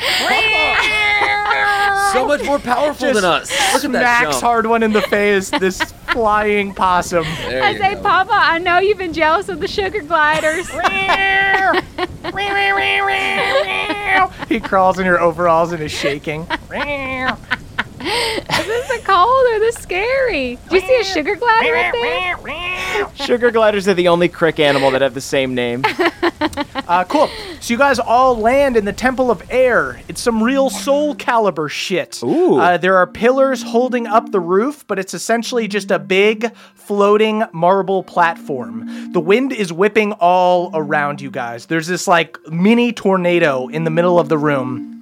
So much more powerful Just than us. Look at that Smacks jump. hard one in the face. This flying possum. There I you say, go. Papa, I know you've been jealous of the sugar gliders. He crawls in your overalls and is shaking. this is cold or this scary. Do you see a sugar glider up there? Sugar gliders are the only crick animal that have the same name. Uh, cool. So you guys all land in the Temple of Air. It's some real soul caliber shit. Ooh. Uh, there are pillars holding up the roof, but it's essentially just a big floating marble platform. The wind is whipping all around you guys. There's this like mini tornado in the middle of the room.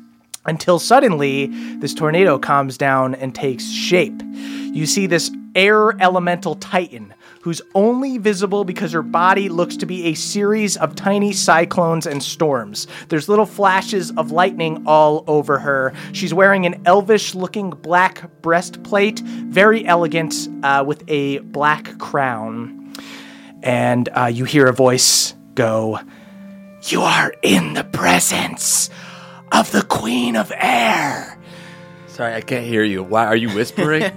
until suddenly this tornado calms down and takes shape. You see this air elemental titan who's only visible because her body looks to be a series of tiny cyclones and storms. There's little flashes of lightning all over her. She's wearing an elvish looking black breastplate, very elegant, uh, with a black crown. And uh, you hear a voice go, You are in the presence of the Queen of Air. Sorry, I can't hear you. Why are you whispering?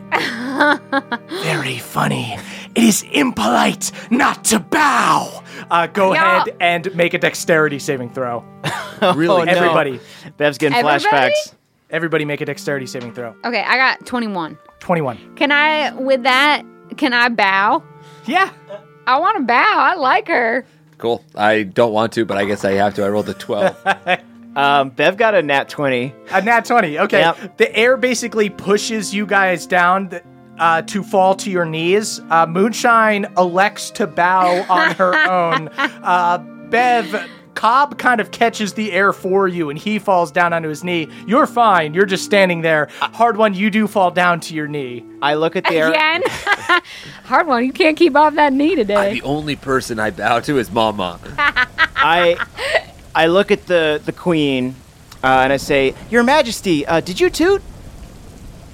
Very funny. It is impolite not to bow. Uh, go Yeah. ahead and make a dexterity saving throw. Really? no. Everybody. Bev's getting Everybody? flashbacks. Everybody make a dexterity saving throw. Okay, I got 21. 21. Can I, with that, can I bow? Yeah. I want to bow. I like her. cool. I don't want to, but I guess I have to. I rolled a 12. Um, Bev got a nat 20. A nat 20. Okay. Yep. The air basically pushes you guys down th- uh, to fall to your knees. Uh, Moonshine elects to bow on her own. Uh, Bev, Cobb kind of catches the air for you and he falls down onto his knee. You're fine. You're just standing there. Hard one, you do fall down to your knee. I look at the air. Again. Hard one. You can't keep off that knee today. the only person I bow to is Mama. I I look at the the queen uh, and I say, "Your Majesty, uh, did you toot?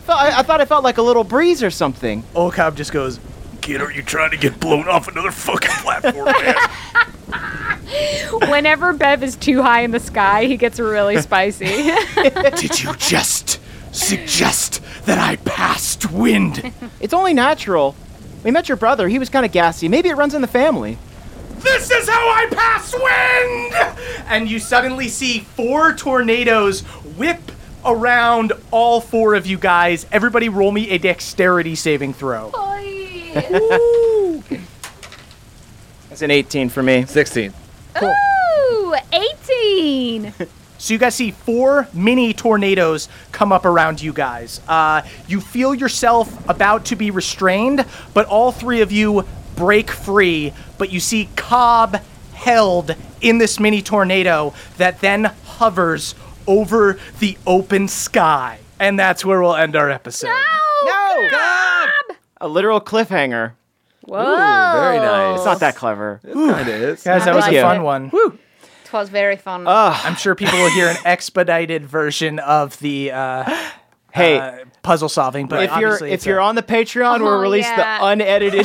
Fe- I, I thought I felt like a little breeze or something." Old Cobb just goes, Kid, are you trying to get blown off another fucking platform, man? Whenever Bev is too high in the sky, he gets really spicy. Did you just suggest that I passed wind? It's only natural. We met your brother. He was kind of gassy. Maybe it runs in the family. This is how I pass wind! and you suddenly see four tornadoes whip around all four of you guys. Everybody roll me a dexterity saving throw. It's an 18 for me. 16. Ooh, 18. So you guys see four mini tornadoes come up around you guys. Uh, you feel yourself about to be restrained, but all three of you break free. But you see Cobb held in this mini tornado that then hovers over the open sky. And that's where we'll end our episode. Oh, No, a literal cliffhanger. Whoa. Very Oh. nice. It's not that clever. Uh, Kind of is. Guys, that was Thank a you. fun one. Twas very fun. I'm sure people will hear an expedited version of the uh, Hey, uh, puzzle solving. But if you're obviously if it's a- you're on the Patreon, Oh, we'll release yeah. the unedited.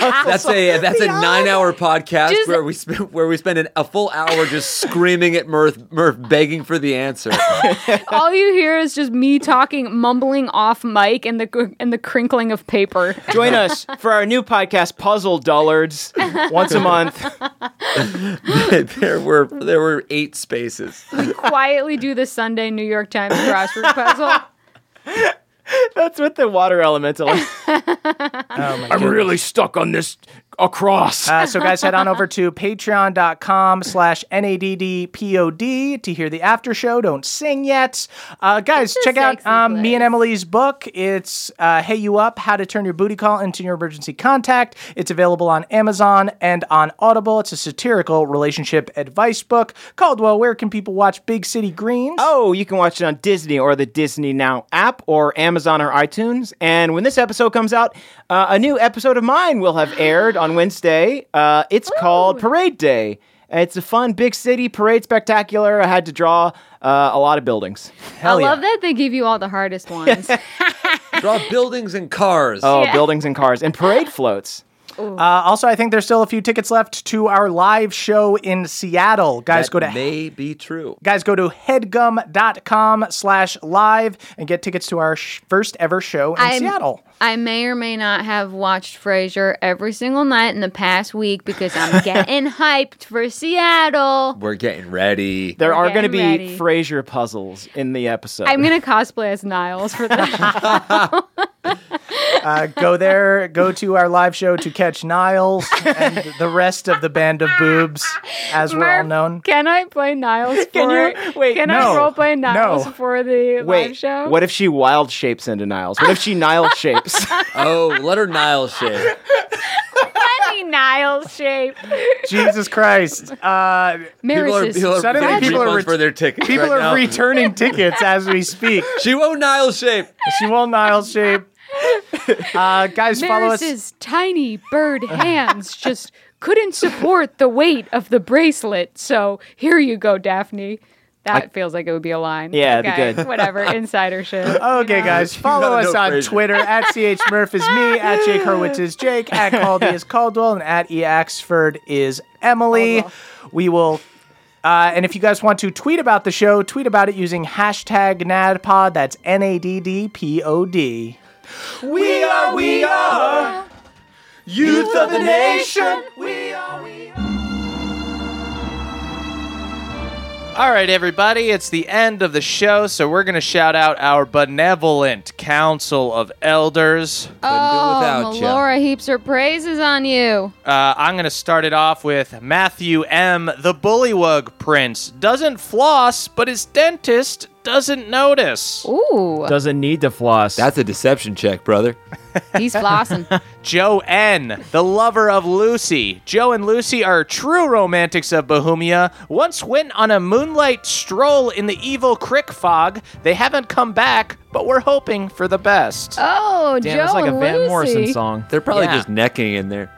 That's a that's a nine hour podcast Just- where we spend where we spend an, a full hour just screaming at Murph Murph begging for the answer. All you hear is just me talking, mumbling off mic, and the gr- and the crinkling of paper. Join us for our new podcast, Puzzle Dullards, once a month. there were there were eight spaces. Quietly do the Sunday New York Times crossword puzzle. That's with the water elemental. Oh I'm really stuck on this across. Ah, Uh, so guys head on over to patreon.com slash naddpod to hear the after show don't sing yet uh, guys a check out sexy um, me and place. emily's book it's uh, hey you up how to turn your booty call into your emergency contact it's available on amazon and on audible it's a satirical relationship advice book caldwell where can people watch big city greens Oh, you can watch it on Disney or the Disney Now app or Amazon or iTunes. And when this episode comes out, uh, a new episode of mine will have aired on Wednesday. Uh, it's called Parade Day. It's a fun big city parade spectacular. I had to draw uh, a lot of buildings. hell I yeah love that they give you all the hardest ones. Draw buildings and cars. Oh, Yeah. buildings and cars and parade floats. uh, also i think there's still a few tickets left to our live show in seattle guys that go to may be true. guys go to headgum.com slash live and get tickets to our sh- first ever show in I'm- seattle I may or may not have watched Frasier every single night in the past week because I'm getting hyped for Seattle. We're getting ready. There are going to getting be ready. Frasier puzzles in the episode. I'm gonna cosplay as Niles for that. uh, go there go to our live show to catch niles and the rest of the band of boobs as we're all Murph, known Can I play Niles? For, Can you- wait, Can no. I role play Niles No. for the live Wait, show? what if she wild shapes into Niles? What if she Niles shapes? Oh, let her Nile shape. Any Nile shape. Jesus Christ. Uh, Maris People are- is people are suddenly paying people are refunds ret- for their tickets People right are now. returning tickets as we speak. She won't Nile shape. She won't Nile shape. Uh, guys, follow us. Maris's tiny bird hands just couldn't support the weight of the bracelet. So here you go, Daphne. That feels like it would be a line. Yeah, it'd be okay, good. Whatever, insider shit. Okay, guys, follow gotta us know on Frasier. Twitter at chmurph is me, at Jake Hurwitz is Jake, at Caldy is Caldwell, and at eaxford is Emily. We will. Uh, and if you guys want to tweet about the show, tweet about it using hashtag NADPOD. That's N A D D P O D. We are, we are youth of the nation. All right, everybody, it's the end of the show, so we're going to shout out our benevolent Council of Elders. oh, Melora heaps her praises on you. Uh, I'm going to start it off with Matthew M., the Bullywug Prince. Doesn't floss, but his dentist doesn't notice. Ooh. Doesn't need to floss. That's a deception check, brother. He's flossing. Joe N., the lover of Lucy. Joe and Lucy are true romantics of Bohemia. Once went on a moonlight stroll in the evil crick fog. They haven't come back, but we're hoping for the best. Oh, Damn, it's Joe and Lucy. They're probably Yeah. just necking in there.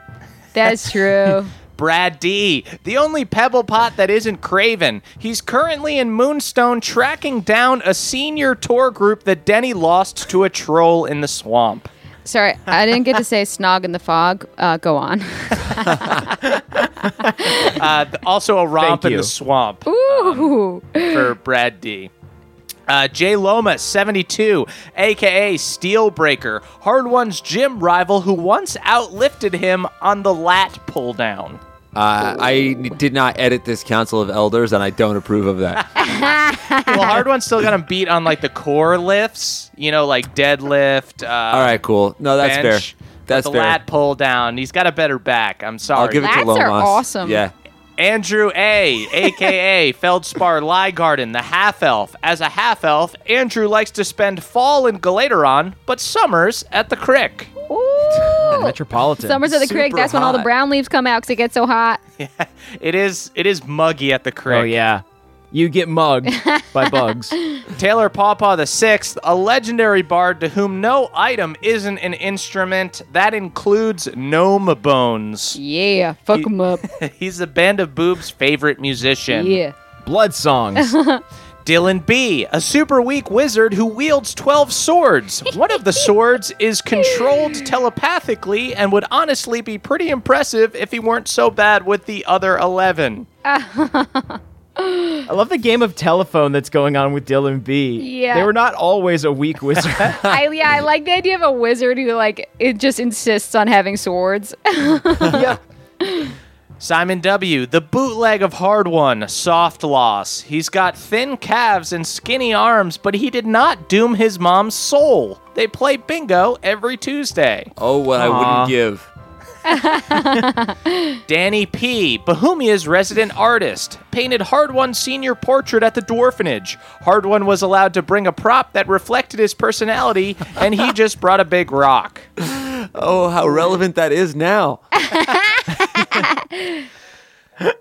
That's true. Brad D, the only pebble pot that isn't Craven. He's currently in Moonstone tracking down a senior tour group that Denny lost to a troll in the swamp. Sorry, I didn't get to say snog in the fog. Uh, go on. Uh, th- also, a romp in you. the swamp Um, Ooh. for Brad D. Uh, Jay Loma, 72, aka Steelbreaker, Hard One's gym rival who once outlifted him on the lat pull down. Uh, I did not edit this Council of Elders, and I don't approve of that. well, Hard One's still got him beat on like the core lifts, you know, like deadlift. Uh, All right, cool. No, that's bench, fair. but That's the fair. lat pull down. He's got a better back. I'm sorry. I'll give it to Lomas. Yeah. Andrew A, aka Feldspar Liegarden, the half elf. As a half elf, Andrew likes to spend fall in Galateron, but summers at the Crick. Metropolitan. Summers at the creek. That's when all the brown leaves come out because it gets so hot. It is it is muggy at the Crick. Oh yeah, you get mugged by bugs. Taylor Pawpaw the Sixth, a legendary bard to whom no item isn't an instrument. That includes gnome bones. Yeah, fuck him up. He's the band of boobs' favorite musician. Yeah. Blood songs. Dylan B, a super weak wizard who wields 12 swords. One of the swords is controlled telepathically and would honestly be pretty impressive if he weren't so bad with the other 11. I love the game of telephone that's going on with Dylan B. Yeah. They were not always a weak wizard. I, yeah, I like the idea of a wizard who like it just insists on having swords. Simon W, the bootleg of Hard One, soft loss. He's got thin calves and skinny arms, but he did not doom his mom's soul. They play bingo every Tuesday. Oh, what I Aw. wouldn't give. Danny P., Bohemia's resident artist, painted Hard One's senior portrait at the Dwarfenage. Hard One was allowed to bring a prop that reflected his personality, and he just brought a big rock. Oh, how relevant that is now.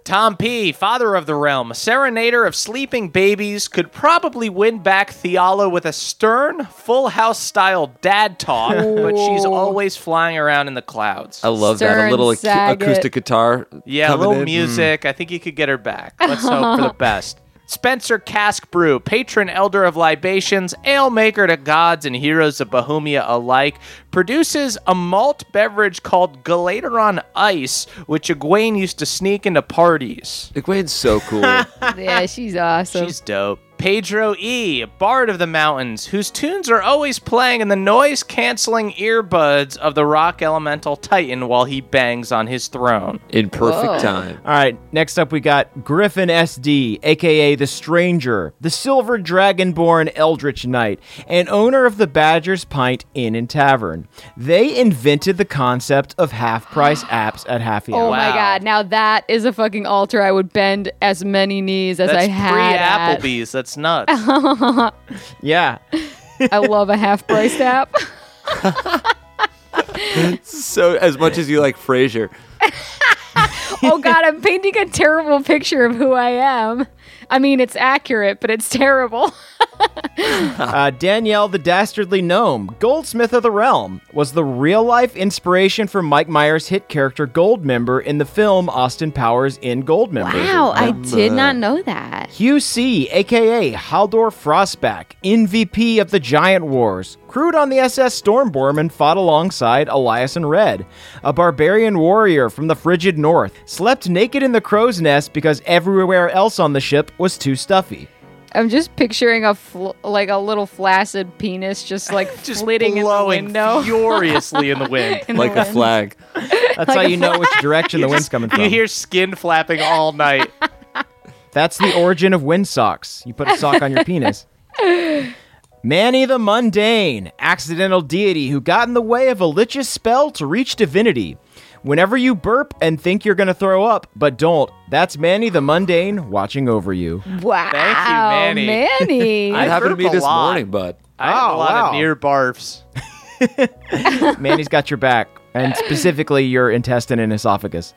Tom P., father of the realm, serenader of sleeping babies, could probably win back Theala with a stern, full house style dad talk, but she's always flying around in the clouds. I love that. A little ac- acoustic guitar. Yeah, a coming little in. music. I think you could get her back. Let's hope for the best. Spencer Cask Brew, patron elder of libations, ale maker to gods and heroes of Bohemia alike, produces a malt beverage called Galateron Ice, which Egwene used to sneak into parties. Egwene's so cool. yeah, she's awesome. She's dope. Pedro E., Bard of the Mountains, whose tunes are always playing in the noise canceling earbuds of the rock elemental Titan while he bangs on his throne. In perfect Whoa. time. All right, next up we got Griffin SD, aka the Stranger, the Silver Dragonborn Eldritch Knight, and owner of the Badger's Pint Inn and Tavern. They invented the concept of half price apps at half hour. Oh my god! Now that is a fucking altar. I would bend as many knees as That's I had. pre Applebee's. That's nuts. Applebee's. Yeah. I love a half price app. Oh, so as much as you like Frasier. oh God, I'm painting a terrible picture of who I am. I mean, it's accurate, but it's terrible. uh, Danielle the Dastardly Gnome, Goldsmith of the Realm, was the real life inspiration for Mike Myers' hit character Goldmember in the film Austin Powers in Goldmember. Wow, I did not know that. QC, aka Haldor Frostback, MVP of the Giant Wars, crewed on the SS Stormborm and fought alongside Elias and Red, a barbarian warrior from the frigid north, slept naked in the crow's nest because everywhere else on the ship was too stuffy. I'm just picturing a fl- like a little flaccid penis just like flitting in the blowing window furiously in the wind, In the Like a wind. flag. That's how you know which direction the wind's coming from. You hear skin flapping all night. That's the origin of wind socks. You put a sock on your penis. Manny the Mundane, accidental deity who got in the way of a lich's spell to reach divinity. Whenever you burp and think you're going to throw up, but don't, that's Manny the Mundane watching over you. Wow, Thank you, Manny. Manny. That happened to me this morning, bud. I had Oh, a lot wow. of near barfs. Manny's got your back, and specifically your intestine and esophagus.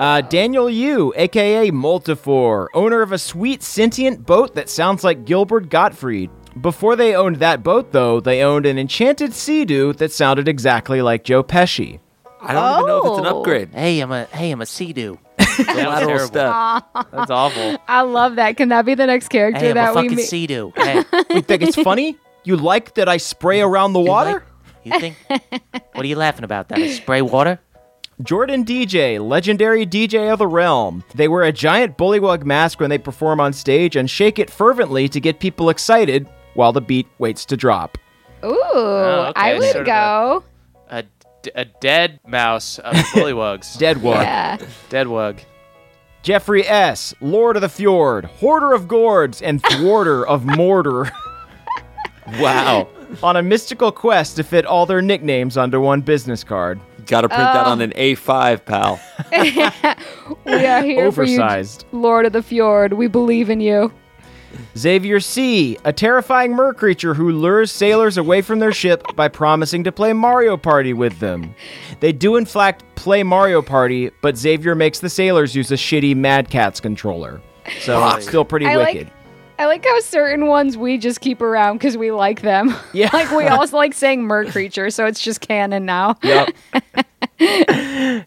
Uh, Daniel Yu, aka Multifor, owner of a sweet sentient boat that sounds like Gilbert Gottfried. Before they owned that boat, though, they owned an enchanted sea doo that sounded exactly like Joe Pesci. I don't even know if it's an Oh. upgrade. Hey, I'm a hey, I'm a sea doo. Lateral terrible. step. That's awful. I love that. Can that be the next character Hey, I'm a that we fucking meet? sea doo. Hey, You think it's funny? You like that I spray around the water? you think? What are you laughing about? That is spray water? Jordan DJ, legendary DJ of the realm. They wear a giant bullywug mask when they perform on stage and shake it fervently to get people excited while the beat waits to drop. Ooh, okay, I would sort of go. A, d- a dead mouse of bullywugs. Dead wug. Yeah. Dead wug. Jeffrey S., Lord of the Fjord, Hoarder of Gourds, and Thwarter of Mortar. Wow. on a mystical quest to fit all their nicknames onto one business card. Gotta print that Oh. on an A5, pal. We are here Oversized. for you, Lord of the Fjord. We believe in you. Xavier C., a terrifying mer creature who lures sailors away from their ship by promising to play Mario Party with them. They do, in fact, play Mario Party, but Xavier makes the sailors use a shitty Mad Catz controller. So Fuck. it's still pretty I like- wicked. I like how certain ones we just keep around because we like them. Yeah. like we also like saying mer creature, so it's just canon now. Yep.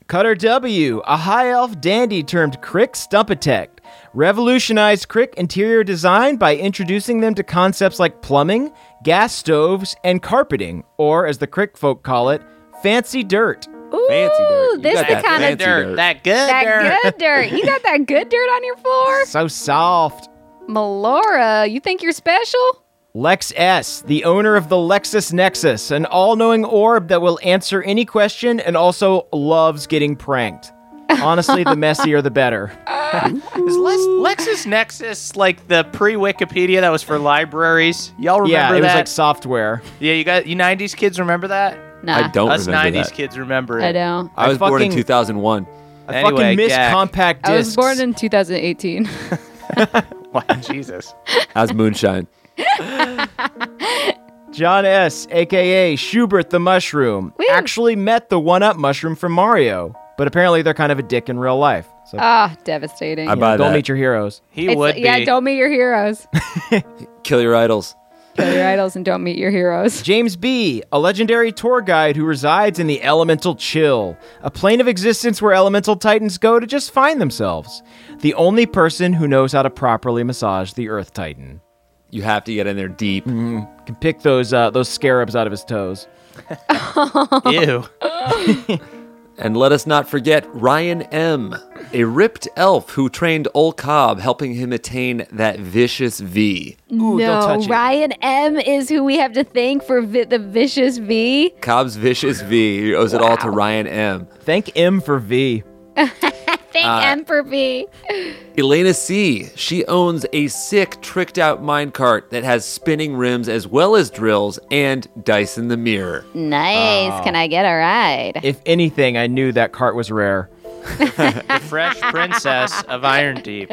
Cutter W, a high elf dandy termed Crick Stumpatech, revolutionized Crick interior design by introducing them to concepts like plumbing, gas stoves, and carpeting, or as the Crick folk call it, fancy dirt. Fancy Ooh, this got the that kind fancy of dirt, dirt. that good that good dirt. You got that good dirt on your floor, So soft. Melora. You think you're special? Lex S, the owner of the Lexus Nexus, an all-knowing orb that will answer any question and also loves getting pranked. Honestly, the messier the better. Is Lex- LexisNexis like the pre-Wikipedia that was for libraries? Y'all remember yeah, it was that? like software. yeah, you got you '90s kids remember that? Nah. I don't Us remember '90s that. kids remember it. I don't. I I was born in fucking- 2001. I Anyway, fucking miss Gak. compact I was discs. born in 2018. Wow, Jesus. How's moonshine? John S., aka Schubert the Mushroom, actually met the one up mushroom from Mario, but apparently they're kind of a dick in real life. So Ah, devastating. I buy don't that. meet your heroes. He It's- would be. Yeah, don't meet your heroes. Kill your idols. Kill your idols and don't meet your heroes. James B., a legendary tour guide who resides in the Elemental Chill, a plane of existence where elemental titans go to just find themselves. The only person who knows how to properly massage the Earth Titan. You have to get in there deep. Can pick those uh, those scarabs out of his toes. Ew. And let us not forget Ryan M., a ripped elf who trained Ol Cobb, helping him attain that vicious V. Ooh, don't no, touch it. Ryan M is who we have to thank for vi- the vicious V. Cobb's vicious V. He owes it all to Ryan M. Thank M for V. Thank Uh, M for V. Elena C. She owns a sick, tricked out minecart that has spinning rims as well as drills and dice in the mirror. Nice. Oh. Can I get a ride? If anything, I knew that cart was rare. The fresh princess of Iron Deep.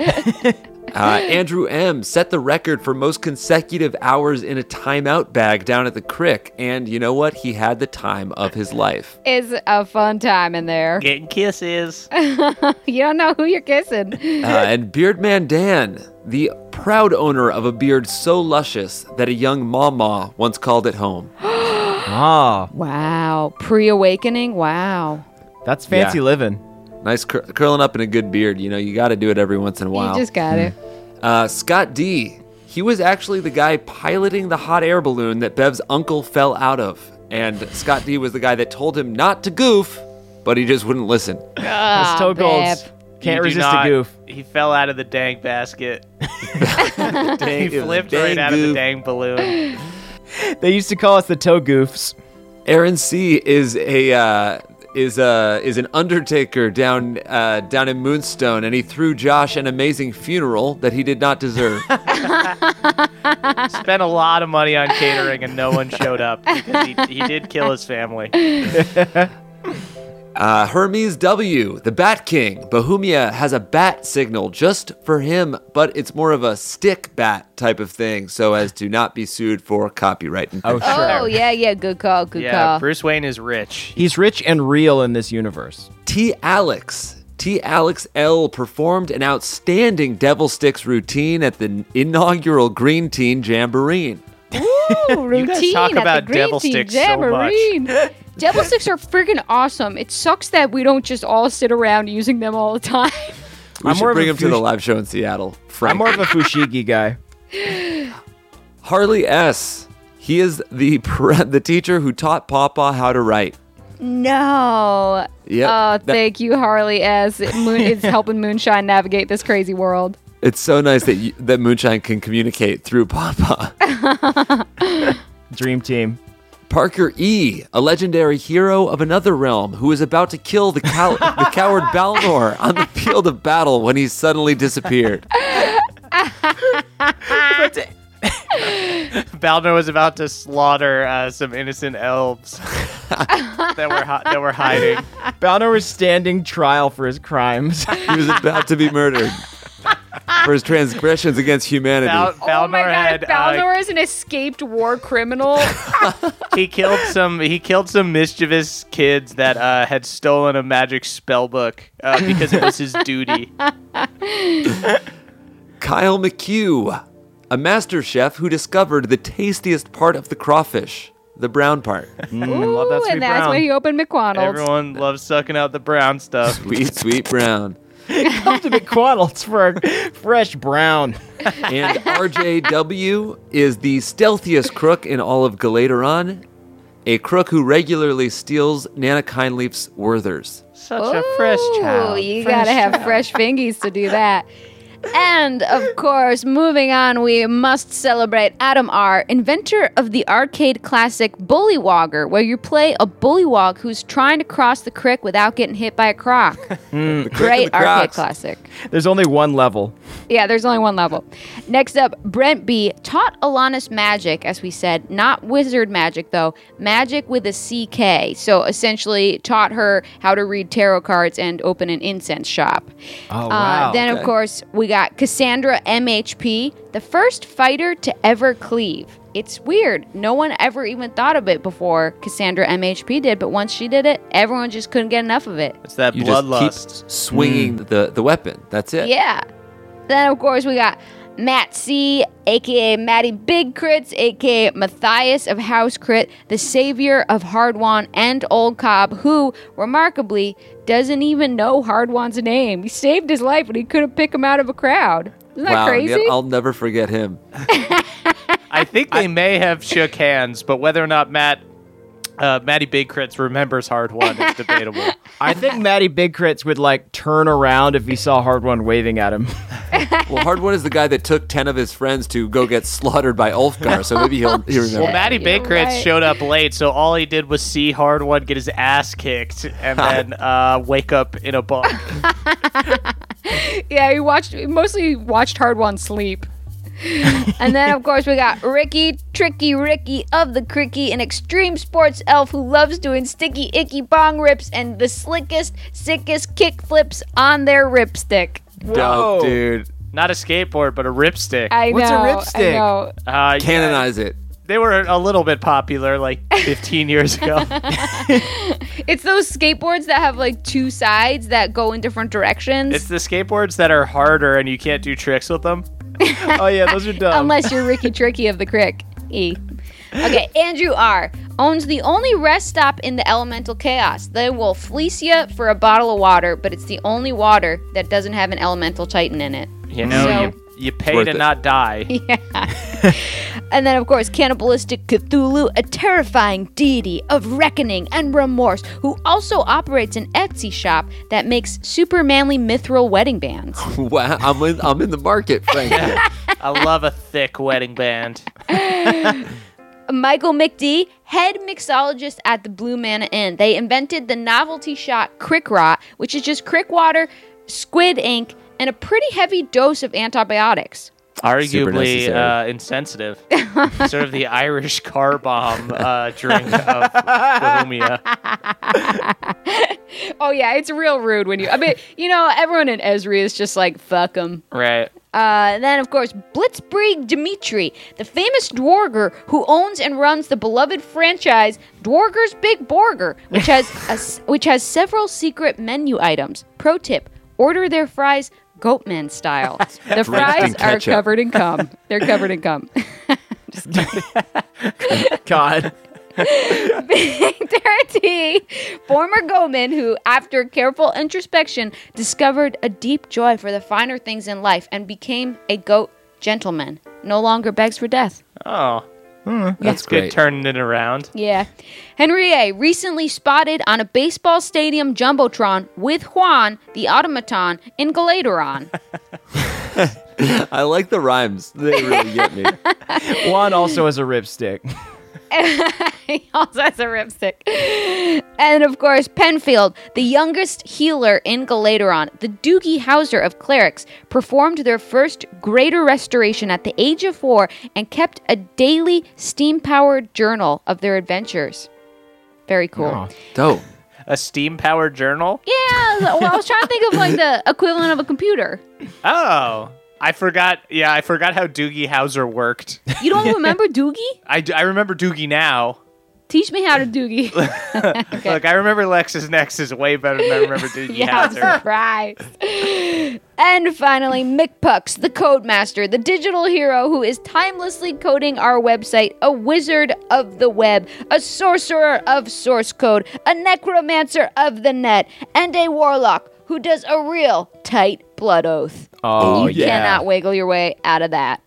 Uh, Andrew M. set the record for most consecutive hours in a timeout bag down at the crick. And you know what? He had the time of his life. It's a fun time in there. Getting kisses. you don't know who you're kissing. Uh, and Beardman Dan, the proud owner of a beard so luscious that a young mama once called it home. ah. wow. Pre awakening? Wow. That's fancy living. Nice cur- curling up in a good beard. You know, you got to do it every once in a while. You just got Hmm. it. Uh, Scott D. He was actually the guy piloting the hot air balloon that Bev's uncle fell out of. And Scott D was the guy that told him not to goof, but he just wouldn't listen. Ah, toe golds. babe. Can't You do resist not- a goof. He fell out of the dang basket. he it was a flipped dang right out of the goof. dang balloon. They used to call us the toe goofs. Aaron C is a uh, is a is an undertaker down uh, down in Moonstone, and he threw Josh an amazing funeral that he did not deserve. Spent a lot of money on catering, and no one showed up because he, he did kill his family. Uh, Hermes W, the Bat King. Bohemia has a bat signal just for him, but it's more of a stick bat type of thing, so as to not be sued for copyright. infringement. Oh, yeah, yeah. Good call. Good call. Bruce Wayne is rich. He's rich and real in this universe. T. Alex. T. Alex L. performed an outstanding Devil Sticks routine at the inaugural Green Teen Jamboree. Ooh, routine guys talk at the about Green devil Tea sticks so much. Jamboree. devil sticks are freaking awesome. It sucks that we don't just all sit around using them all the time. We I'm more should of bring a him to the fush- live show in Seattle. Frank. I'm more of a Fushigi guy. Harley S. He is the pre- the teacher who taught Papa how to write. No. Yep, Oh, that- thank you, Harley. As it moon, it's helping Moonshine navigate this crazy world. It's so nice that you, that Moonshine can communicate through Papa. Dream team. Parker E, a legendary hero of another realm who is about to kill the, cow- the coward Balnor on the field of battle when he suddenly disappeared. Baldur was about to slaughter uh, some innocent elves that were hi- that were hiding. Balnor was standing trial for his crimes. He was about to be murdered for his transgressions against humanity. Bal- Oh Balnor had uh, Balnor is an escaped war criminal. he killed some he killed some mischievous kids that uh, had stolen a magic spell book uh, because it was his duty. Kyle McHugh, a master chef who discovered the tastiest part of the crawfish, the brown part. Ooh, and that's when he opened McDonald's. Everyone loves sucking out the brown stuff. Sweet, sweet brown. Come to McDonald's for a fresh brown. And RJW is the stealthiest crook in all of Galateron, a crook who regularly steals Nana Kindleaf's Werthers. Such a fresh Ooh, you gotta have fresh fingies to do that. And of course, moving on, we must celebrate Adam R., inventor of the arcade classic Bullywogger, where you play a bullywog who's trying to cross the creek without getting hit by a croc. Mm. Great arcade classic. There's only one level. Yeah, there's only one level. Next up, Brent B taught Alanis magic, as we said, not wizard magic though, magic with a CK. So essentially, taught her how to read tarot cards and open an incense shop. Oh, Uh, wow. then Okay. of course we got Cassandra MHP, the first fighter to ever cleave. It's weird. No one ever even thought of it before Cassandra MHP did, but once she did it, everyone just couldn't get enough of it. It's that You just bloodlust. keep swinging the, the weapon. That's it. Yeah. Then of course we got Matt C, aka Matty Big Crits, aka Matthias of House Crit, the savior of Hardwan and Old Cobb, who remarkably doesn't even know Hardwan's name. He saved his life, but he couldn't pick him out of a crowd. Isn't that wow, crazy? yeah, I'll never forget him. I think they may have shook hands, but whether or not Matt uh, Matty Big Crits remembers Hard One is debatable. I think Matty Big Crits would like turn around if he saw Hard One waving at him. Well, Hard One is the guy that took 10 of his friends to go get slaughtered by Ulfgar, so maybe he'll he remembers. Well, Matty Big Crits showed up late, so all he did was see Hard One get his ass kicked and then uh, wake up in a bunk. yeah, he watched mostly watched Hard One sleep. and then of course we got Ricky, Tricky Ricky of the Cricky, an extreme sports elf who loves doing sticky icky bong rips and the slickest, sickest kick flips on their ripstick. Dope, dude. Not a skateboard, but a ripstick. Uh, I What's a know, I ripstick? know. Uh, Canonize it. They were a little bit popular like 15 years ago. It's those skateboards that have like two sides that go in different directions. It's the skateboards that are harder and you can't do tricks with them. oh yeah, those are dumb. Unless you're Ricky Tricky of the Crick. E. Okay, Andrew R. owns the only rest stop in the Elemental Chaos. They will fleece you for a bottle of water, but it's the only water that doesn't have an Elemental Titan in it. You know, So- you, you pay worth to it. not die. Yeah. and then, of course, cannibalistic Cthulhu, a terrifying deity of reckoning and remorse, who also operates an Etsy shop that makes super manly mithril wedding bands. wow, I'm in, I'm in the market, Frank. I love a thick wedding band. Michael McD, head mixologist at the Blue Manna Inn. They invented the novelty shot Crick Rot, which is just crick water, squid ink, and a pretty heavy dose of antibiotics. Arguably necessary. uh, insensitive. sort of the Irish car bomb uh, drink of Bohemia. Oh yeah, it's real rude when you. I mean, You know, everyone in Esri is just like, fuck them. Right. Uh, then, of course, Blitzkrieg Dimitri, the famous Dwarger who owns and runs the beloved franchise Dwarger's Big Burger, which has a s which has several secret menu items. Pro tip: order their fries Goatman style. The Drenched in fries are ketchup. covered in cum. They're covered in cum. God. Victor T, former Goman, who, after careful introspection, discovered a deep joy for the finer things in life and became a goat gentleman, no longer begs for death. Oh. Hmm, That's good great. turning it around. Yeah. Henry A. recently spotted on a baseball stadium jumbotron with Juan, the automaton, in Galateron. I like the rhymes. They really get me. Juan also has a ripstick. he also has a ripstick. And of course, Penfield, the youngest healer in Galateron, the Doogie Hauser of clerics, performed their first greater restoration at the age of four and kept a daily steam powered journal of their adventures. Very cool. Dope. A steam powered journal? Yeah, well, I was trying to think of like the equivalent of a computer. Oh. I forgot. Yeah, I forgot how Doogie Howser worked. You don't remember Doogie? I, d- I remember Doogie now. Teach me how to Doogie. Look, I remember Lexus Nexus way better than I remember Doogie yeah, I'm Howser. surprised. and finally, McPucks, the Codemaster, the digital hero who is timelessly coding our website, a wizard of the web, a sorcerer of source code, a necromancer of the net, and a warlock who does a real tight blood oath. Oh, you yeah. cannot wiggle your way out of that.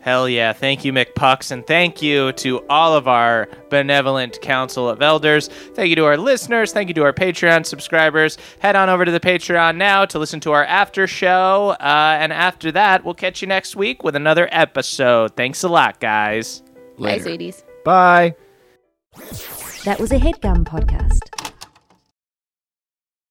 Hell yeah. Thank you, McPucks. And thank you to all of our benevolent Council of Elders. Thank you to our listeners. Thank you to our Patreon subscribers. Head on over to the Patreon now to listen to our after show. Uh, and after that, we'll catch you next week with another episode. Thanks a lot, guys. Bye, Later. sweeties. Bye. That was a headgum podcast.